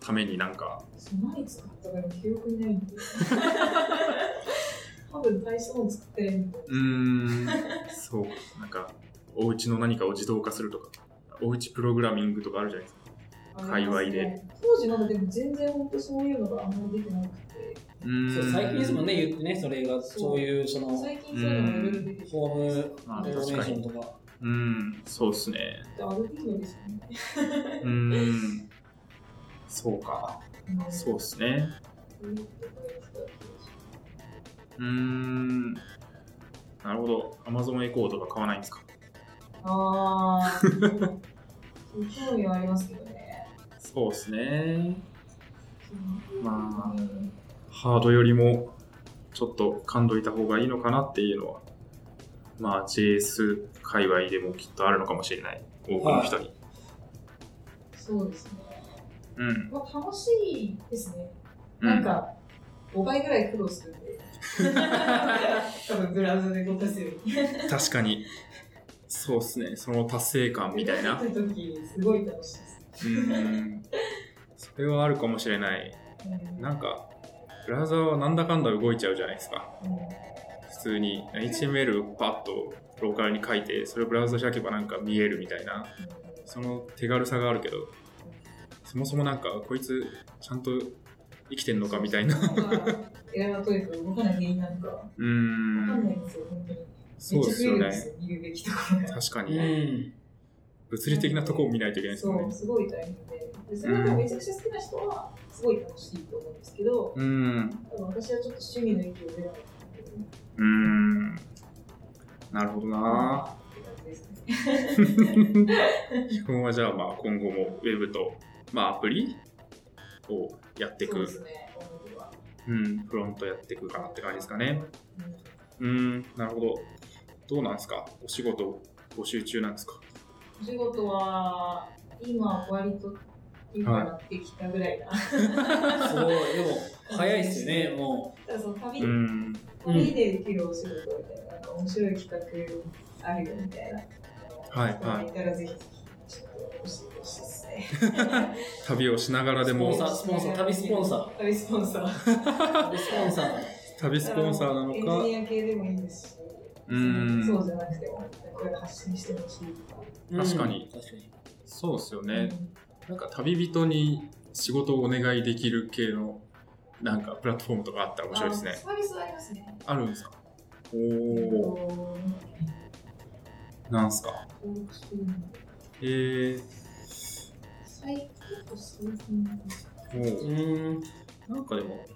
ためになんか、
その何使ったかの記憶にないんで。多分大したもの作ってるんで。
うーん、そう、なんか、お家の何かを自動化するとか、おうちプログラミングとかあるじゃないですか。界隈で。
当時まだでも全然本当そういうのがあんまりできなくて、
うー
ー、
ん
そう最近ですもんね、言ってね、それが、そういう、その、
最近そういうのがいろいろ出てきて、
ホームレ
まあ
ノベーシ
確か
ョン
に。
とか。
うん、そうっすね。
あの時のですよね。
う ーん、そうか。そうっすね。
うんとかやってた気がしま
うーん、なるほど。Amazon エコーとか買わないんですか
すあー、興味はありますけどね。
そうっすね。ま
あ、
ハードよりもちょっと感どいた方がいいのかなっていうのは、まあ JS 界隈でもきっとあるのかもしれない、多くの人に。
そうですね。
うん。
まあ、楽しいですね。
う
なんか、5倍ぐらい苦労するんで。多分ブラウザで動かすより。
確かに。そうですね、その達成感みたい
動
な。
かした時すごい楽しいです。
うん。それはあるかもしれない。
うん
なんか、ブラウザはなんだかんだ動いちゃうじゃないですか。
う
普通に HTML パッとローカルに書いて、それをブラウザ開けばなんか見えるみたいな。
ん
その手軽さがあるけど、そもそもなんか、こいつ、ちゃんと生きてんのかみたいな。う
エラートイプ動かない原因なんかわ
ー
かん
ん、
ないんですよ、本当に。
そうですよ
めっちゃ増えるんです
ね。
よ見るべきところが。
確か
う
に、
ん。
物理的なとこを見ないといけないですも
そ
ん
う、
ね。
すごい大変で。でそれがめちゃくちゃ好きな人は、すごい楽しいと思うんですけど、
うーん、
多分私はちょっと趣味の域を出なかったので
うーん。なるほどな
って感じですね。
基本はじゃあ、まあ、今後もウェブと、まあ、アプリをやってい
そう
く
で、すね、思いは。
うん、フロントやっていくかなって感じですかね。うーん、なるほど。どうなんですかお仕事募集中なんですか
うん。お仕事は、今、割と、今なってきたぐらいな。
すごい。でも、早いっすよね、 も
ただその旅
うーん、
家でできるお仕事みたいな、なんか面白い企画あるよみたいな。
はい
い。たらぜひ、ちょっと教えてほしいですね。
旅をしながら
う。
で
スポンサ
も、
ー、スポンサー、旅スポンサ
ー。旅スポンサー。
ー。旅スポンサー。
旅スポンサーなの
エン
か
ジ、ニア系でもいいですし、
うん
そうじゃなくても、これ発信してほしいとか。
うん
確かに
確かに。
そうですよね。なんか旅人に仕事をお願いできる系のなんかプラットフォームとかあったら面白いです
あ
ね。
サービスありますね。
あるんですかおお、
お。
なんすか
登録してるの
えー、
最結構最近。
も
うん。
うなんかでも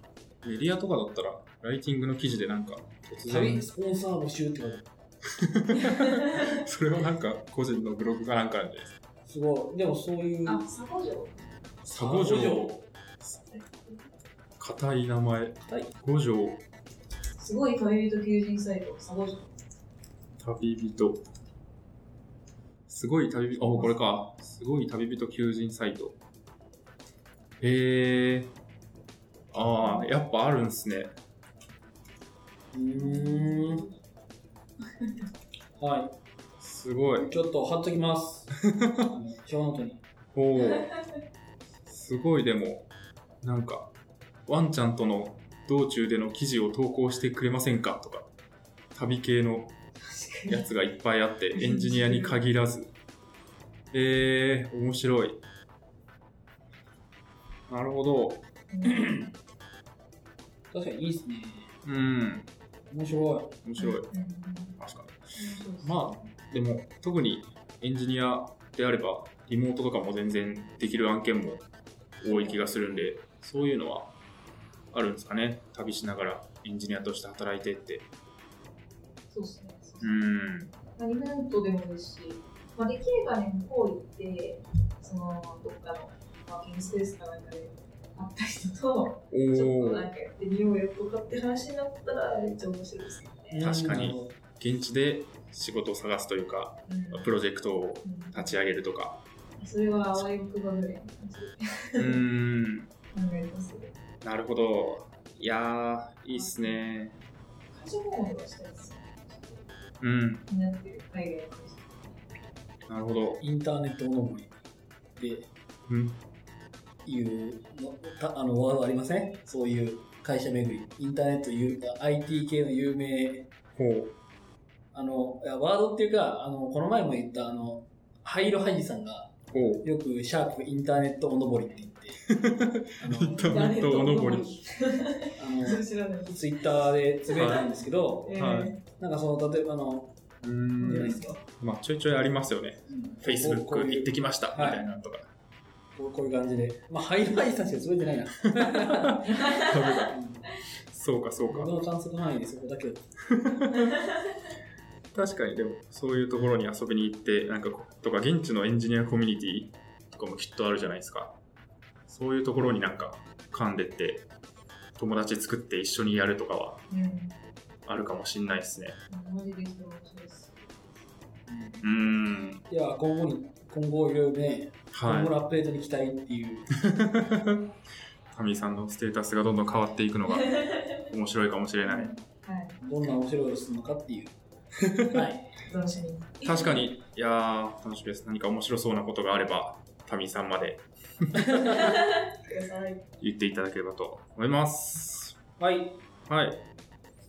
メディアとかだったらライティングの記事でなんか突然
旅スポンサー募集ってこと
それはなんか個人のブログかなんかなんじゃないです
すごい。でもそういう。
あ、佐古城。
かサゴ
サゴ
城硬い名前
い
五条
すごい恋人求人サイト、佐古城。
旅人すごい旅人あこれかすごい旅人求人サイトへえああやっぱあるんですね
うーん。
は
すごい
い。ちょっと貼っときます。あの小ノートに。
おおすごいでもなんかワンちゃんとの道中での記事を投稿してくれませんかとか旅系の
確か
やつがいっぱいあってエンジニアに限らずえー、面白いなるほど
に。うん
確かにいいっすね。
うん
面白
面白
う
い
んうん
確かに
うん
まあでも特にエンジニアであればリモートとかも全然できる案件も多い気がするんでそういうのはあるんですかね旅しながらエンジニアとして働いてって
そうですね。そうっす
う
ね
ん
まあリモートでもですし、まあ、できればね、向こう行って、そのどっかのワーキングスペースかなんかであった人と、ちょっ
お
と
お
なんかやってみようよとかって話になったらめっちゃ面白いですね。
確かに。現地で仕事を探すというか
うん
プロジェクトを立ち上げると か
それはあわよくばぐらいの感じで
うーん
考えますね。
なるほどいやーいいっすね
会社訪問をしたいですね。
うん
気になってる海外の会社。
なるほど
インターネットおのぼりで
うん
いうのたあのワードありませんそういう会社巡り。インターネット有、IT 系の有名、
ほ
あの、いやワードっていうか、あの、この前も言った、あの、ハイロハジさんが
うほ
よくシャープインターネットおのぼりって言って、あの
うインターネットおのぼり
あの
それ知らない。
ツイッターでつぶやいたんですけど、
え
は
ー
なんかその、例えばあの、
うー
じゃないで
ん
すか。
まあちょいちょいありますよね
こう
Facebook
こういう
行ってきましたみ
はい
たいなのとか
こうこういう感じで。まあ、ハイロハジさんしかつぶやいてないな。
そうかそうかそう
僕
か
の観測範囲でそこだけだった
確かにでもそういうところに遊びに行ってなんかことか現地のエンジニアコミュニティとかもきっとあるじゃないですかそういうところになんか噛んでって友達作って一緒にやるとかは
うん。
あるかもしんないですね
マジで人面白いです。
うーん
いや、今後に、今後いろいろね、今後
は
のアップデートに期待っていう。
いタミさんのステータスがどんどん変わっていくのが面白いかもしれない
はい。
どんな面白いことするのかっていう。はい。
楽しみに。
確かにいやー楽しみです何か面白そうなことがあればタミさんまで
ください。
言っていただければと思います
はい。
はい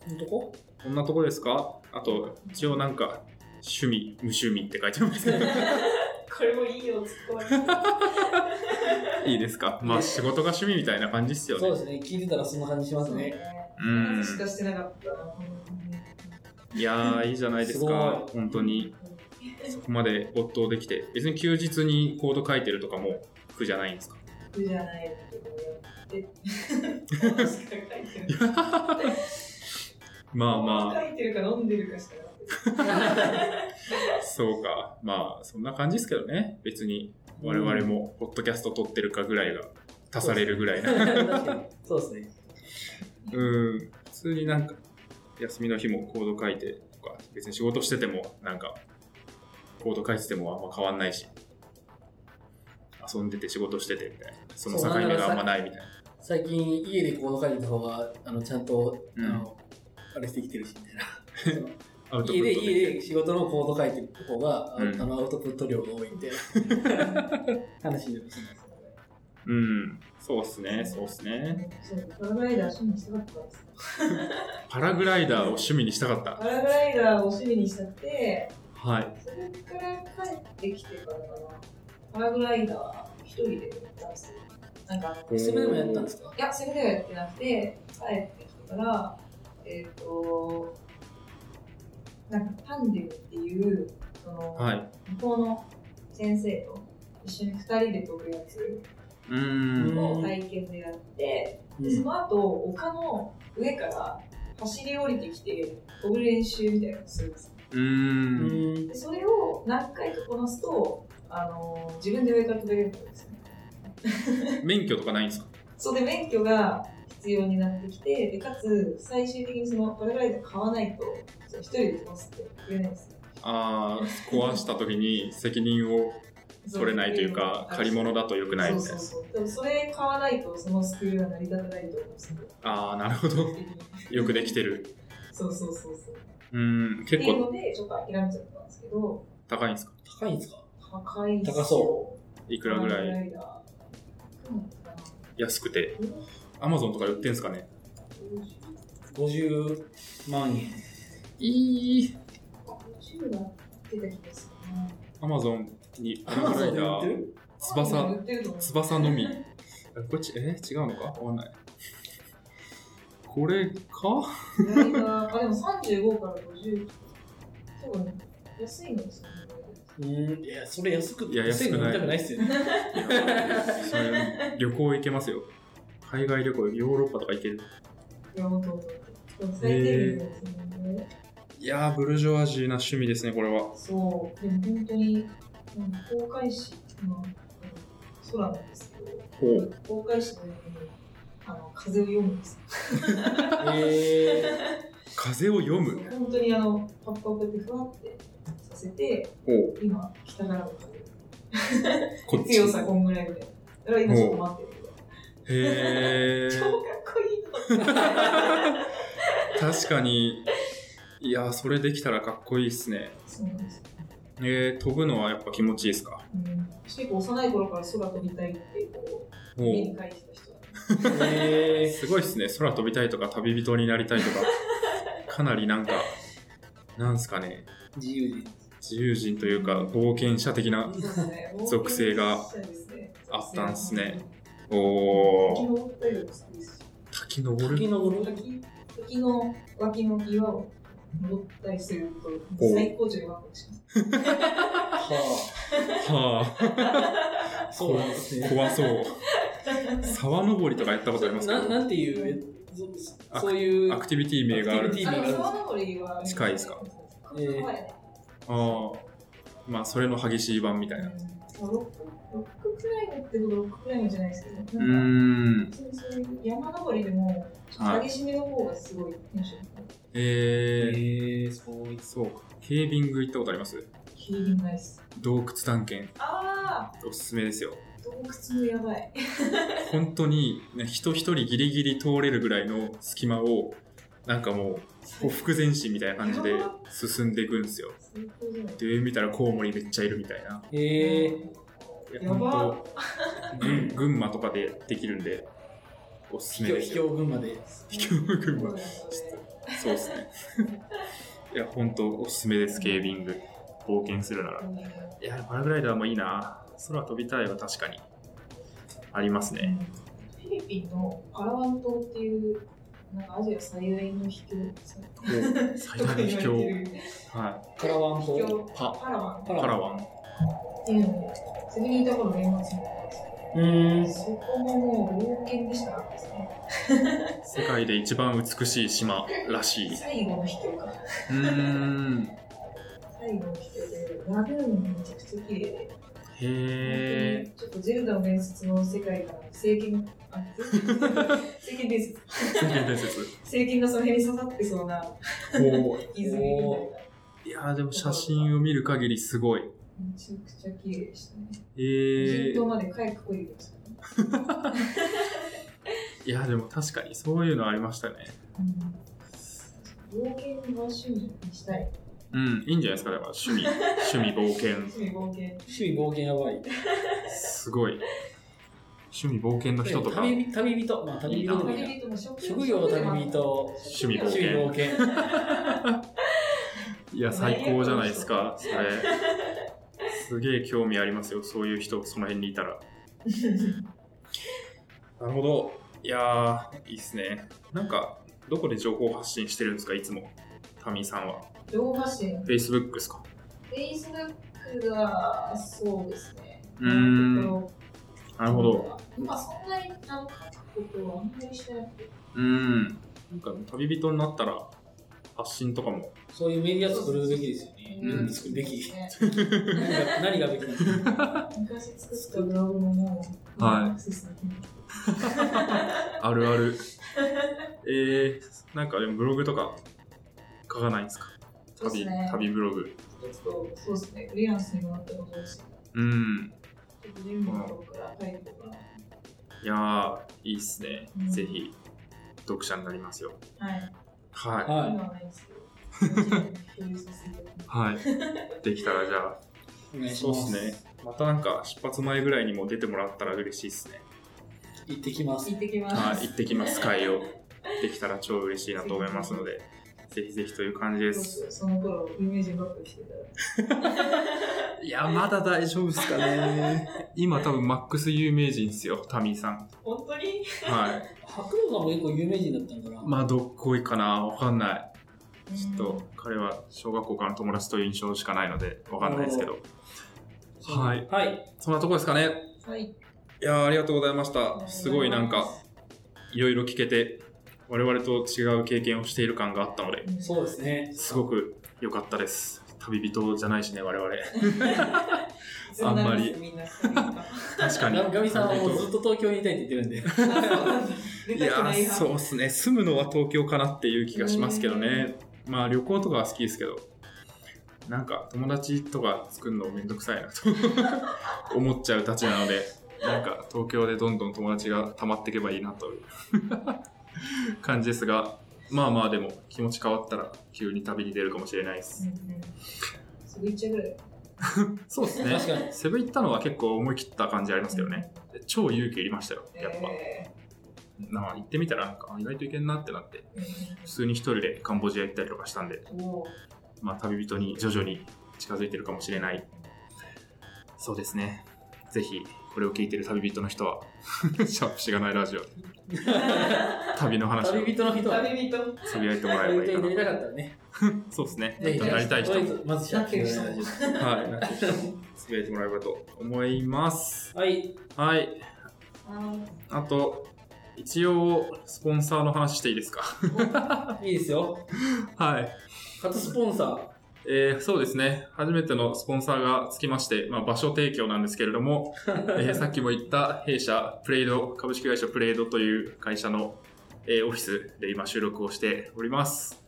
ほんとこ
こんなとこですかあと、一応なんか、趣味、無趣味って書いてますけ ど、
これもいいよ、突っ込まれて。
いいですかまあ、仕事が趣味みたいな感じっすよ
そう
ね。
ですね。聞いてたらそんな感じしますね。
うん
話しかしてなかったな、このね
いやー、いいじゃないです
す
か
ご。
本当に、そこまで没頭できて。別に休日にコード書いてるとかも苦じゃないんですか
苦じゃないけどやって。話しか書いてない。
まあま
書いてるか飲んでるかしかなくて。
あ、そうか。まあ、そんな感じですけどね。別に、我々も、ポッドキャスト撮ってるかぐらいが、足されるぐらいな。
確かに。そうですね。
うん、普通になんか、休みの日もコード書いてとか、別に仕事してても、なんか、コード書いててもあんま変わんないし、遊んでて仕事しててみたいな、その境目があんまないみたいな。
最近、家でコード書いてた方が、あの、ちゃんと、
うん
あの、あれしてきてるし、みたいな。
アウトプ
家で、
ットで。
家で仕事のコード書いてる方が、あ
うん
あの、アウトプット量が多い みたいな話になりましたね。
うん、そうっすね、そうっすね。
そう、パラグライダー趣味にしたかったんですよ。
パラグライダーを趣味にしたかった。
パラグライダーを趣味にしちゃって、
はい。
それから帰ってきてからかな。パラグライダー一人でやったんですよ。なんかあの、
それでもやったんですか
いや、それではやってなくて、帰ってきてから、えっ、と、なんか、タンデムっていう、その、
はい。
向こうの先生と一緒に二人で飛ぶやつ
うーん。
を体験でやって、
う
でそ
ん。
の後、丘の上から走り降りてきて、飛ぶ練習みたいなのをするんですよ
うーん。
うん
でそれを何回かこなすと、あの自分で上から飛べるんですよね。
免許とかないんですか
そうで免許が必要になってきてでかつ最終的にそのパラグライダー買わないとその一人で飛ばすって言えないんですよ
ああ、壊した時に責任を 取れないというか、借り物だと良くないみたい
そう
な。
そうそうでもそれ買わないとそのスクールは成り立たないと思うんですけど
ああ、なるほど。 よくできてる。
そうそうそうそう
うん、結
っていう
構
のでちょっと諦めちゃったんですけど
高いんですか
高いんですか
高いんですよ
高そ
いくらぐ
パラグ
ら
ラ
い
イダーいくらだったかな
安くて。アマゾンとかで売ってんすかね
50万円。
いい。
50は出た気がするな
アマゾンにパ
ア
ラ
マ
グラ
ゾ
イ
ンで売
ダ
って
ー、
る
あ
翼
売、ってると思う
翼のみ。あこっち、え違うのかわかんない。これか
意外なあ、でも35から50。多分、安いのですよね。
うん。いや、それ安く、
いや安くない
1500円くないっす よね。
そ れ旅行行けますよ。海外旅行、ヨーロッパとか行ける。
いや、本当本当。でも最低限ですもんね。
いやー、ブルジョワジーな趣味ですね、これは。
そう。でも本当に、うん、航海士の、うん、空なんですけど、
ほう。
公開誌のようにあの風を読むんですよ
え
風を読む。
本当にあのパッパッパってふわってさせて
ほう。
今北からの
こっ
風
ち。
強さこんぐらいみたいなだから今ちょっと待ってるみたいな
へ
超
ー
かっこいいと思って
確かに。いやー、それできたらかっこいいっすね。
そうなんですよ、
えー、飛ぶのはやっぱ気持ちいいですか
うん、私結構幼い頃から空飛びたいってこう
ほ
目
う。
に書いてた人なんで
ー、え
すごいっすね。空飛びたいとか、旅人になりたいとか。 かなりなんか、なんすかね。
ー、自由人。
自由人というか、冒険者的な。
そうですね
属性があったんすね。おー。
滝のったりも好きですし
滝登
滝
る
登る
滝滝の脇の岩を登ったりすると最高潮にワクワクします。
は
は
あ、そうなんです
あ、
ね。
怖そう。沢登りとかやったことあります
な
か
なんていう、えそそういう
ア、クティビティ名があ
ア
る
クティビティ
あの沢登りは
近いですか
えー、前
ああまあそれの激しい版みたいな
ロックロッククライムってほどロッククライムじゃないですけど、
う
なんか
ん
そういう山登りでもちょっと激しめの方がすごいテンションが
え
え
ー、
ー、そうい
そうかケービング行ったことあります
ヒーリングアイス。
洞窟探検
あ
おすすめですよ
ー、洞窟もやばい。
本当に、ね、人一人ギリギリ通れるぐらいの隙間をなんかもうこう副前進みたいな感じで進んでいくんですよ
最高じゃない
で上見たらコウモリめっちゃいるみたいな
えー、
いや
やば
本当群群馬とかでできるんでおすすめ
卑怯
です
卑
よ
怯群馬で。
秘境群馬そうですねいや本当おすすめですケービング冒険するならいや、パラグライダーもいいな。空飛びたいは確かに。ありま す ね。
フィリピンのパラワン島っていう、なんかアジア最大の秘境。
最大の秘境。は
カラワン
秘
島。
境。
パ
パラワンっ
パ
い。パラワン。
ていうので、それにいた頃年末に行ったんです
うーん。
けど、そこももう冒険でしかなかったですね。
世界で一番美しい島らしい。う
最後の秘境か。
ーん。
最後の秘境で、ラグーンがめちゃくちゃ綺麗で。
へ
ちょっとゼルダの伝説の世界から聖剣、あ、聖剣伝説。
ー。世間伝説。
聖剣がその辺に刺さってそうな
おー
泉みたいな。
いやーでも写真を見る限りすごい。
めちゃくちゃ綺麗でしたね。人
えー
島。まで回復できましたね。
いやーでも確かにそういうのありましたね。
うん冒険は趣味にしたい。
うん、いいんじゃないですか。だから趣味、趣味冒険。
趣味冒険。
趣味冒険やばい。
すごい。趣味冒険の人とか。
旅人旅人。まあ、旅人でもいいな
旅人も職
職業旅人。
趣味冒
趣味
険
冒険。
いや、最高じゃないですか、それ。すげえ興味ありますよ、そういう人、その辺にいたら。 なるほど。いやー、いいっすね。なんか、どこで情報発信してるんですか、いつも。タミーさんは。
情報発信。
Facebook ですか。
Facebook が、そうですね。
うーん
今のとこ
なる
ろ
ほど。。
今そんなにあの書くことはあんまりしてなくて。
うん。なんか、旅人になったら、発信とかも。
そういうメディア作るべきですよね。
うん
作るべき。
ね
何が何がべきなんですか
昔作ったブログももう、
はい
アクセスできない
あるある。 えー、なんかでもブログとか、書かないんですか
そうで
旅
すね、
旅ブログ。
ちょっと、そうですね。フリーランスにもなったことだし、ちょ
うん。
っと準備のとこから書いていこうか
いやー、いいっすね。
うん
ぜひ、読者になりますよ。
な。はい。
は
今
は
はないんですけど、共有させていただきます
い。はい。できたらじゃ
い。お願
あ、
いし
そう
ま
っ
す。
すね。またなんか、出発前ぐらいにも出てもらったら嬉しいっすね。
行ってきます。
行ってきます。
はい。行ってきます、会を。できたら超嬉しいなと思いますので、ぜひぜひという感じで
どうし
す。
ようその頃、有名人ばっかり来てたら。
いや、まだ大丈夫っすかね。今多分、マックス有名人っすよ、タミーさん。
本当に
はい。
白鵬さんも結構有名人だったんだな。
まあ、どっこいかなわかんない。ちょっと、彼は小学校からの友達という印象しかないので、わかんないですけど。はい。
はい。
そんなとこですかね。
うん。はい。。
いやーありがとうございました。すごいなんか、いろいろ聞けて、我々と違う経験をしている感があったので、
そうですすね。
すごく良かったです。旅人じゃないしね、我々。
そうなです
あんまり
みんなそうなんだ
確かに。
ガミさんはもうずっと東京にいたいって言ってるんで。
あそうなんだ出
い
た
や
くない
ー、
派
そうですね。住むのは東京かなっていう気がしますけどね。まあ旅行とかは好きですけど、なんか友達とか作るのめんどくさいな と思っちゃうたちなので、なんか東京でどんどん友達が溜まっていけばいいなという 感じですが、まあまあでも気持ち変わったら急に旅に出るかもしれないです。
うんうんすぐ行っちゃうぐらい
そうですね
確。かに。
セブン行ったのは結構思い切った感じありますけどね。で超勇気いりましたよ、やっぱ。
え
なあ行ってみたらなんかあ意外といけんなってなって。
ー
普通に一人でカンボジア行ったりとかしたんで、
うんおー
まあ、旅人に徐々に近づいてるかもしれないそうですねぜひこれを聞いてる旅人の人は 「シャープしがないラジオ」旅の話を
旅人の人は、
旅人
つぶやいてもらえ
旅
ばいい
人
か
になり
な
たかったらね。
そうですね
ぜひ
なりたい人
とりあえずまずシャープしがないラジ
はいなんかつぶやいてもらえばと思います
はい。
はい
あ
あと一応スポンサーの話していいですか
オ。いいですよ。
はい
初スポンサ
えーそうですね。初めてのスポンサーがつきまして、まあ、場所提供なんですけれども、えーさっきも言った弊社、プレイド、株式会社プレイドという会社の、えーオフィスで今収録をしております。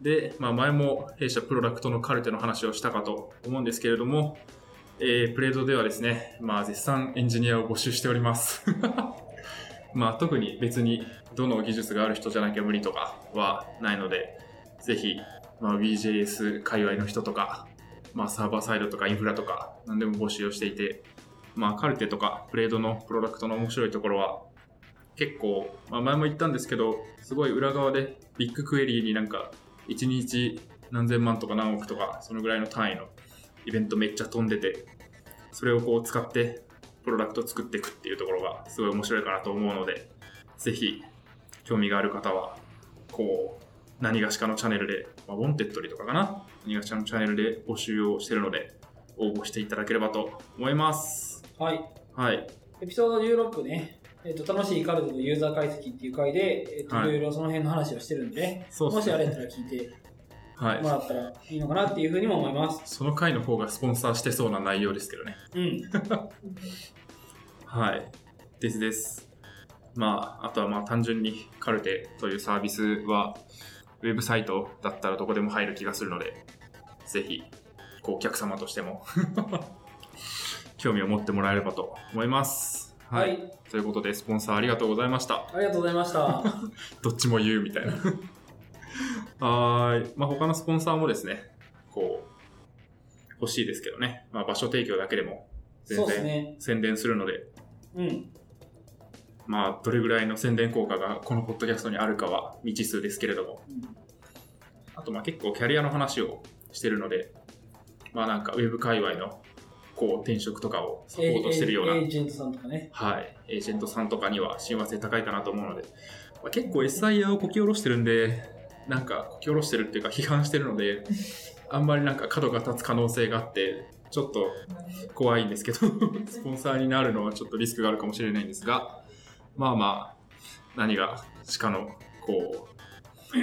で、まあ、前も弊社プロダクトのカルテの話をしたかと思うんですけれども、えープレイドではですね、まあ、絶賛エンジニアを募集しております。 まあ、特に別にどの技術がある人じゃなきゃ無理とかはないので、ぜひまあ、BJS 界隈の人とか、まあ、サーバーサイドとかインフラとか何でも募集をしていて、まあ、カルテとかプレードのプロダクトの面白いところは結構、まあ、前も言ったんですけどすごい裏側でビッグクエリーになんか1日何千万とか何億とかそのぐらいの単位のイベントめっちゃ飛んでてそれをこう使ってプロダクト作っていくっていうところがすごい面白いかなと思うのでぜひ興味がある方はこう何がしかのチャンネルで、まあ、ウォンテッドリとかかな何がしかのチャンネルで募集をしてるので応募していただければと思います
ー。はい。
はい
エピソード16ね、えっと楽しいカルテのユーザー解析っていう回で、えっと
はい
いろいろその辺の話をしてるんでね、
そう
も
です
しあ
ね
れやったら聞いて
はい
もらったらいいのかなっていうふうにも思います。
その回の方がスポンサーしてそうな内容ですけどね
うん。
はいですですまああとはまあ単純にカルテというサービスはウェブサイトだったらどこでも入る気がするのでぜひこうお客様としても 興味を持ってもらえればと思います
はい、
はい、ということでスポンサーありがとうございました
ありがとうございました。は
どっちも言うみたいな。 はーい。まあ、他のスポンサーもですね、こう、欲しいですけどね。まあ、場所提供だけでも、 全
そうですね
然宣伝するので、
うん。
まあ、どれぐらいの宣伝効果がこのポッドキャストにあるかは未知数ですけれども、あと、まあ、結構キャリアの話をしてるので、まあ、なんか、ウェブ界隈の、こう、転職とかをサポートしてるような
エーエーエージェントさんとかね。
はい、エージェントさんとかには親和性高いかなと思うので、まあ、結構 SIR をこき下ろしてるんで、なんかこき下ろしてるっていうか批判してるので、あんまりなんか角が立つ可能性があって、ちょっと怖いんですけど、 スポンサーになるのはちょっとリスクがあるかもしれないんですが、まあまあ、何がしかの、こ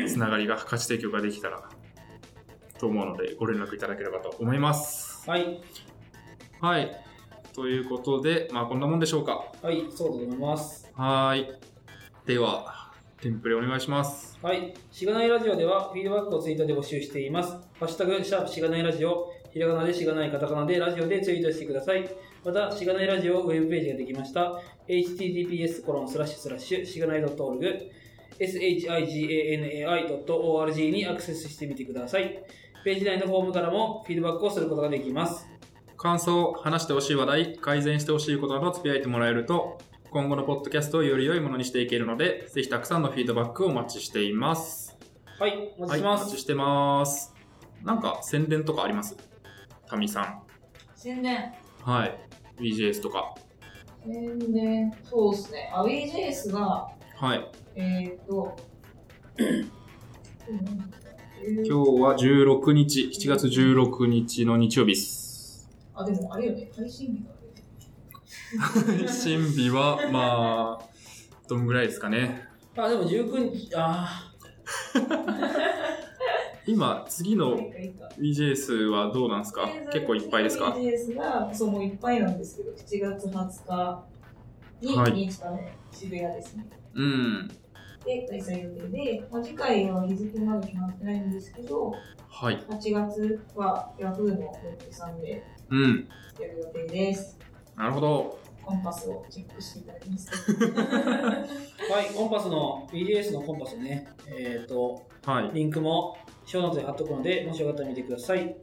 う、つながりが、価値提供ができたら、と思うので、ご連絡いただければと思います。
はい。
はい。ということで、まあこんなもんでしょうか。
はい、そうだと思います。
はーい。では、テンプレお願いします。
はい。しがないラジオではフィードバックをツイッターで募集しています。ハッシュタグ、シャープしがないラジオ、ひらがなでしがないカタカナでラジオでツイートしてください。また、しがないラジオウェブページができました。https コロンスラッシュスラッシュしがない .org shiganai.org にアクセスしてみてください。ページ内のフォームからもフィードバックをすることができます。
感想、話してほしい話題、改善してほしいことなどつぶやいてもらえると、今後のポッドキャストをより良いものにしていけるので、ぜひたくさんのフィードバックをお待ちしています。
はい、お待ちしま
はい、お待
す。
ちしてます。なんか宣伝とかありますタミさん。
宣伝
はい。BJS とか。
宣伝そうですねアウェイ JS が
はい。
えー、っと
今日は16日、7月16日の日曜日 です。
あでもあれよね配信日があるよね
配信日は、まあ、どんぐらいですかね。
あ、でも19日、あ
今、次の
いいかいいか
BJ 数はどうなんですか結構いっぱいですか
?BGS が、そう、もういっぱいなんですけど、7月20日に、
はい
2日目、渋谷ですね。
うん。
で、開催予定で、まあ、次回は日付まだ決まってないんですけど、
はい。
8月は Yahoo のウェブさんで
うん。
やる予定です。
なるほど。
コンパスをチェックしていただき ます。
はい、コンパスの、BDS のコンパスね、えっ、と、
はい。
リンクも、ショーノートで貼っとくので、もしよかったら見てください。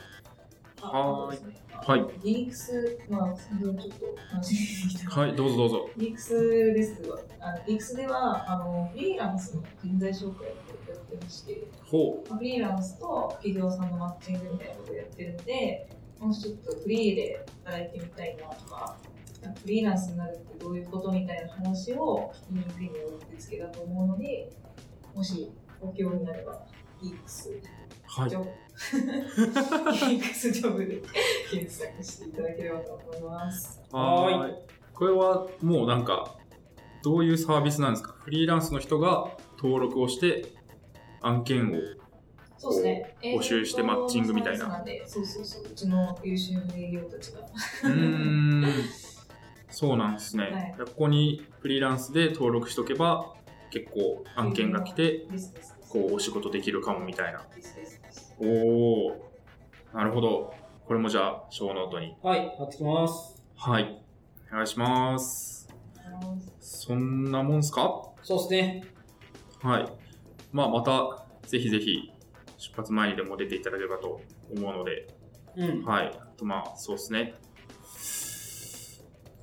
はーい
そうですね
はい。
リリックス、まあ、先ほどちょっと話してきた。
はい、どうぞどうぞ。
リークスですが、あのリークスではあのフリーランスの人材紹介をやってまして、
ほ
まあフリーランスと企業さんのマッチングみたいなことをやってるので、もしちょっとフリーで働いてみたいなとか、フリーランスになるってどういうことみたいな話を聞きにくいのを受け付けだと思うので、もしご興味があれば、リークス
う。はい
ジ。ョブ、リークスジョブで検索していただければと思います。
は
はーい。これはもうなんか、どういうサービスなんですかフリーランスの人が登録をして、案件を。
そうですね。
募集してマッチングみたいな
営業のサービスんでそうそうそう。うちの優秀な営業たちが。
うーん。そうなんですね。ここにフリーランスで登録しとけば、結構案件が来て、
ですですです
こう、お仕事できるかもみたいな。
ですですです
おー。なるほど。これもじゃあ、小ノートに。
はい、貼ってきます。
はい。お願いします。
あの
そんなもんすか
そうですね。
はい。まあ、また、ぜひぜひ、出発前にでも出ていただければと思うので、
うん。
はい。あと、まあ、そうですね。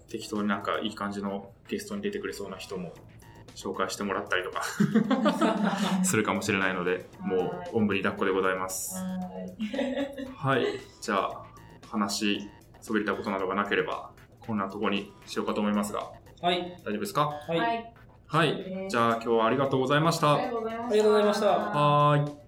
適当になんかいい感じのゲストに出てくれそうな人も紹介してもらったりと かするかもしれないので、もう、おんぶに抱っこでございます。
はい
はい。じゃあ、話、滑りたことなどがなければ、こんなとこにしようかと思いますが、
はい、
大丈夫ですか
はい。
はい。
は
そうです
い。
ね
じゃあ、今日はありがとうございまし
ありが
た。
とうございました。
ありがとうございました
はーい。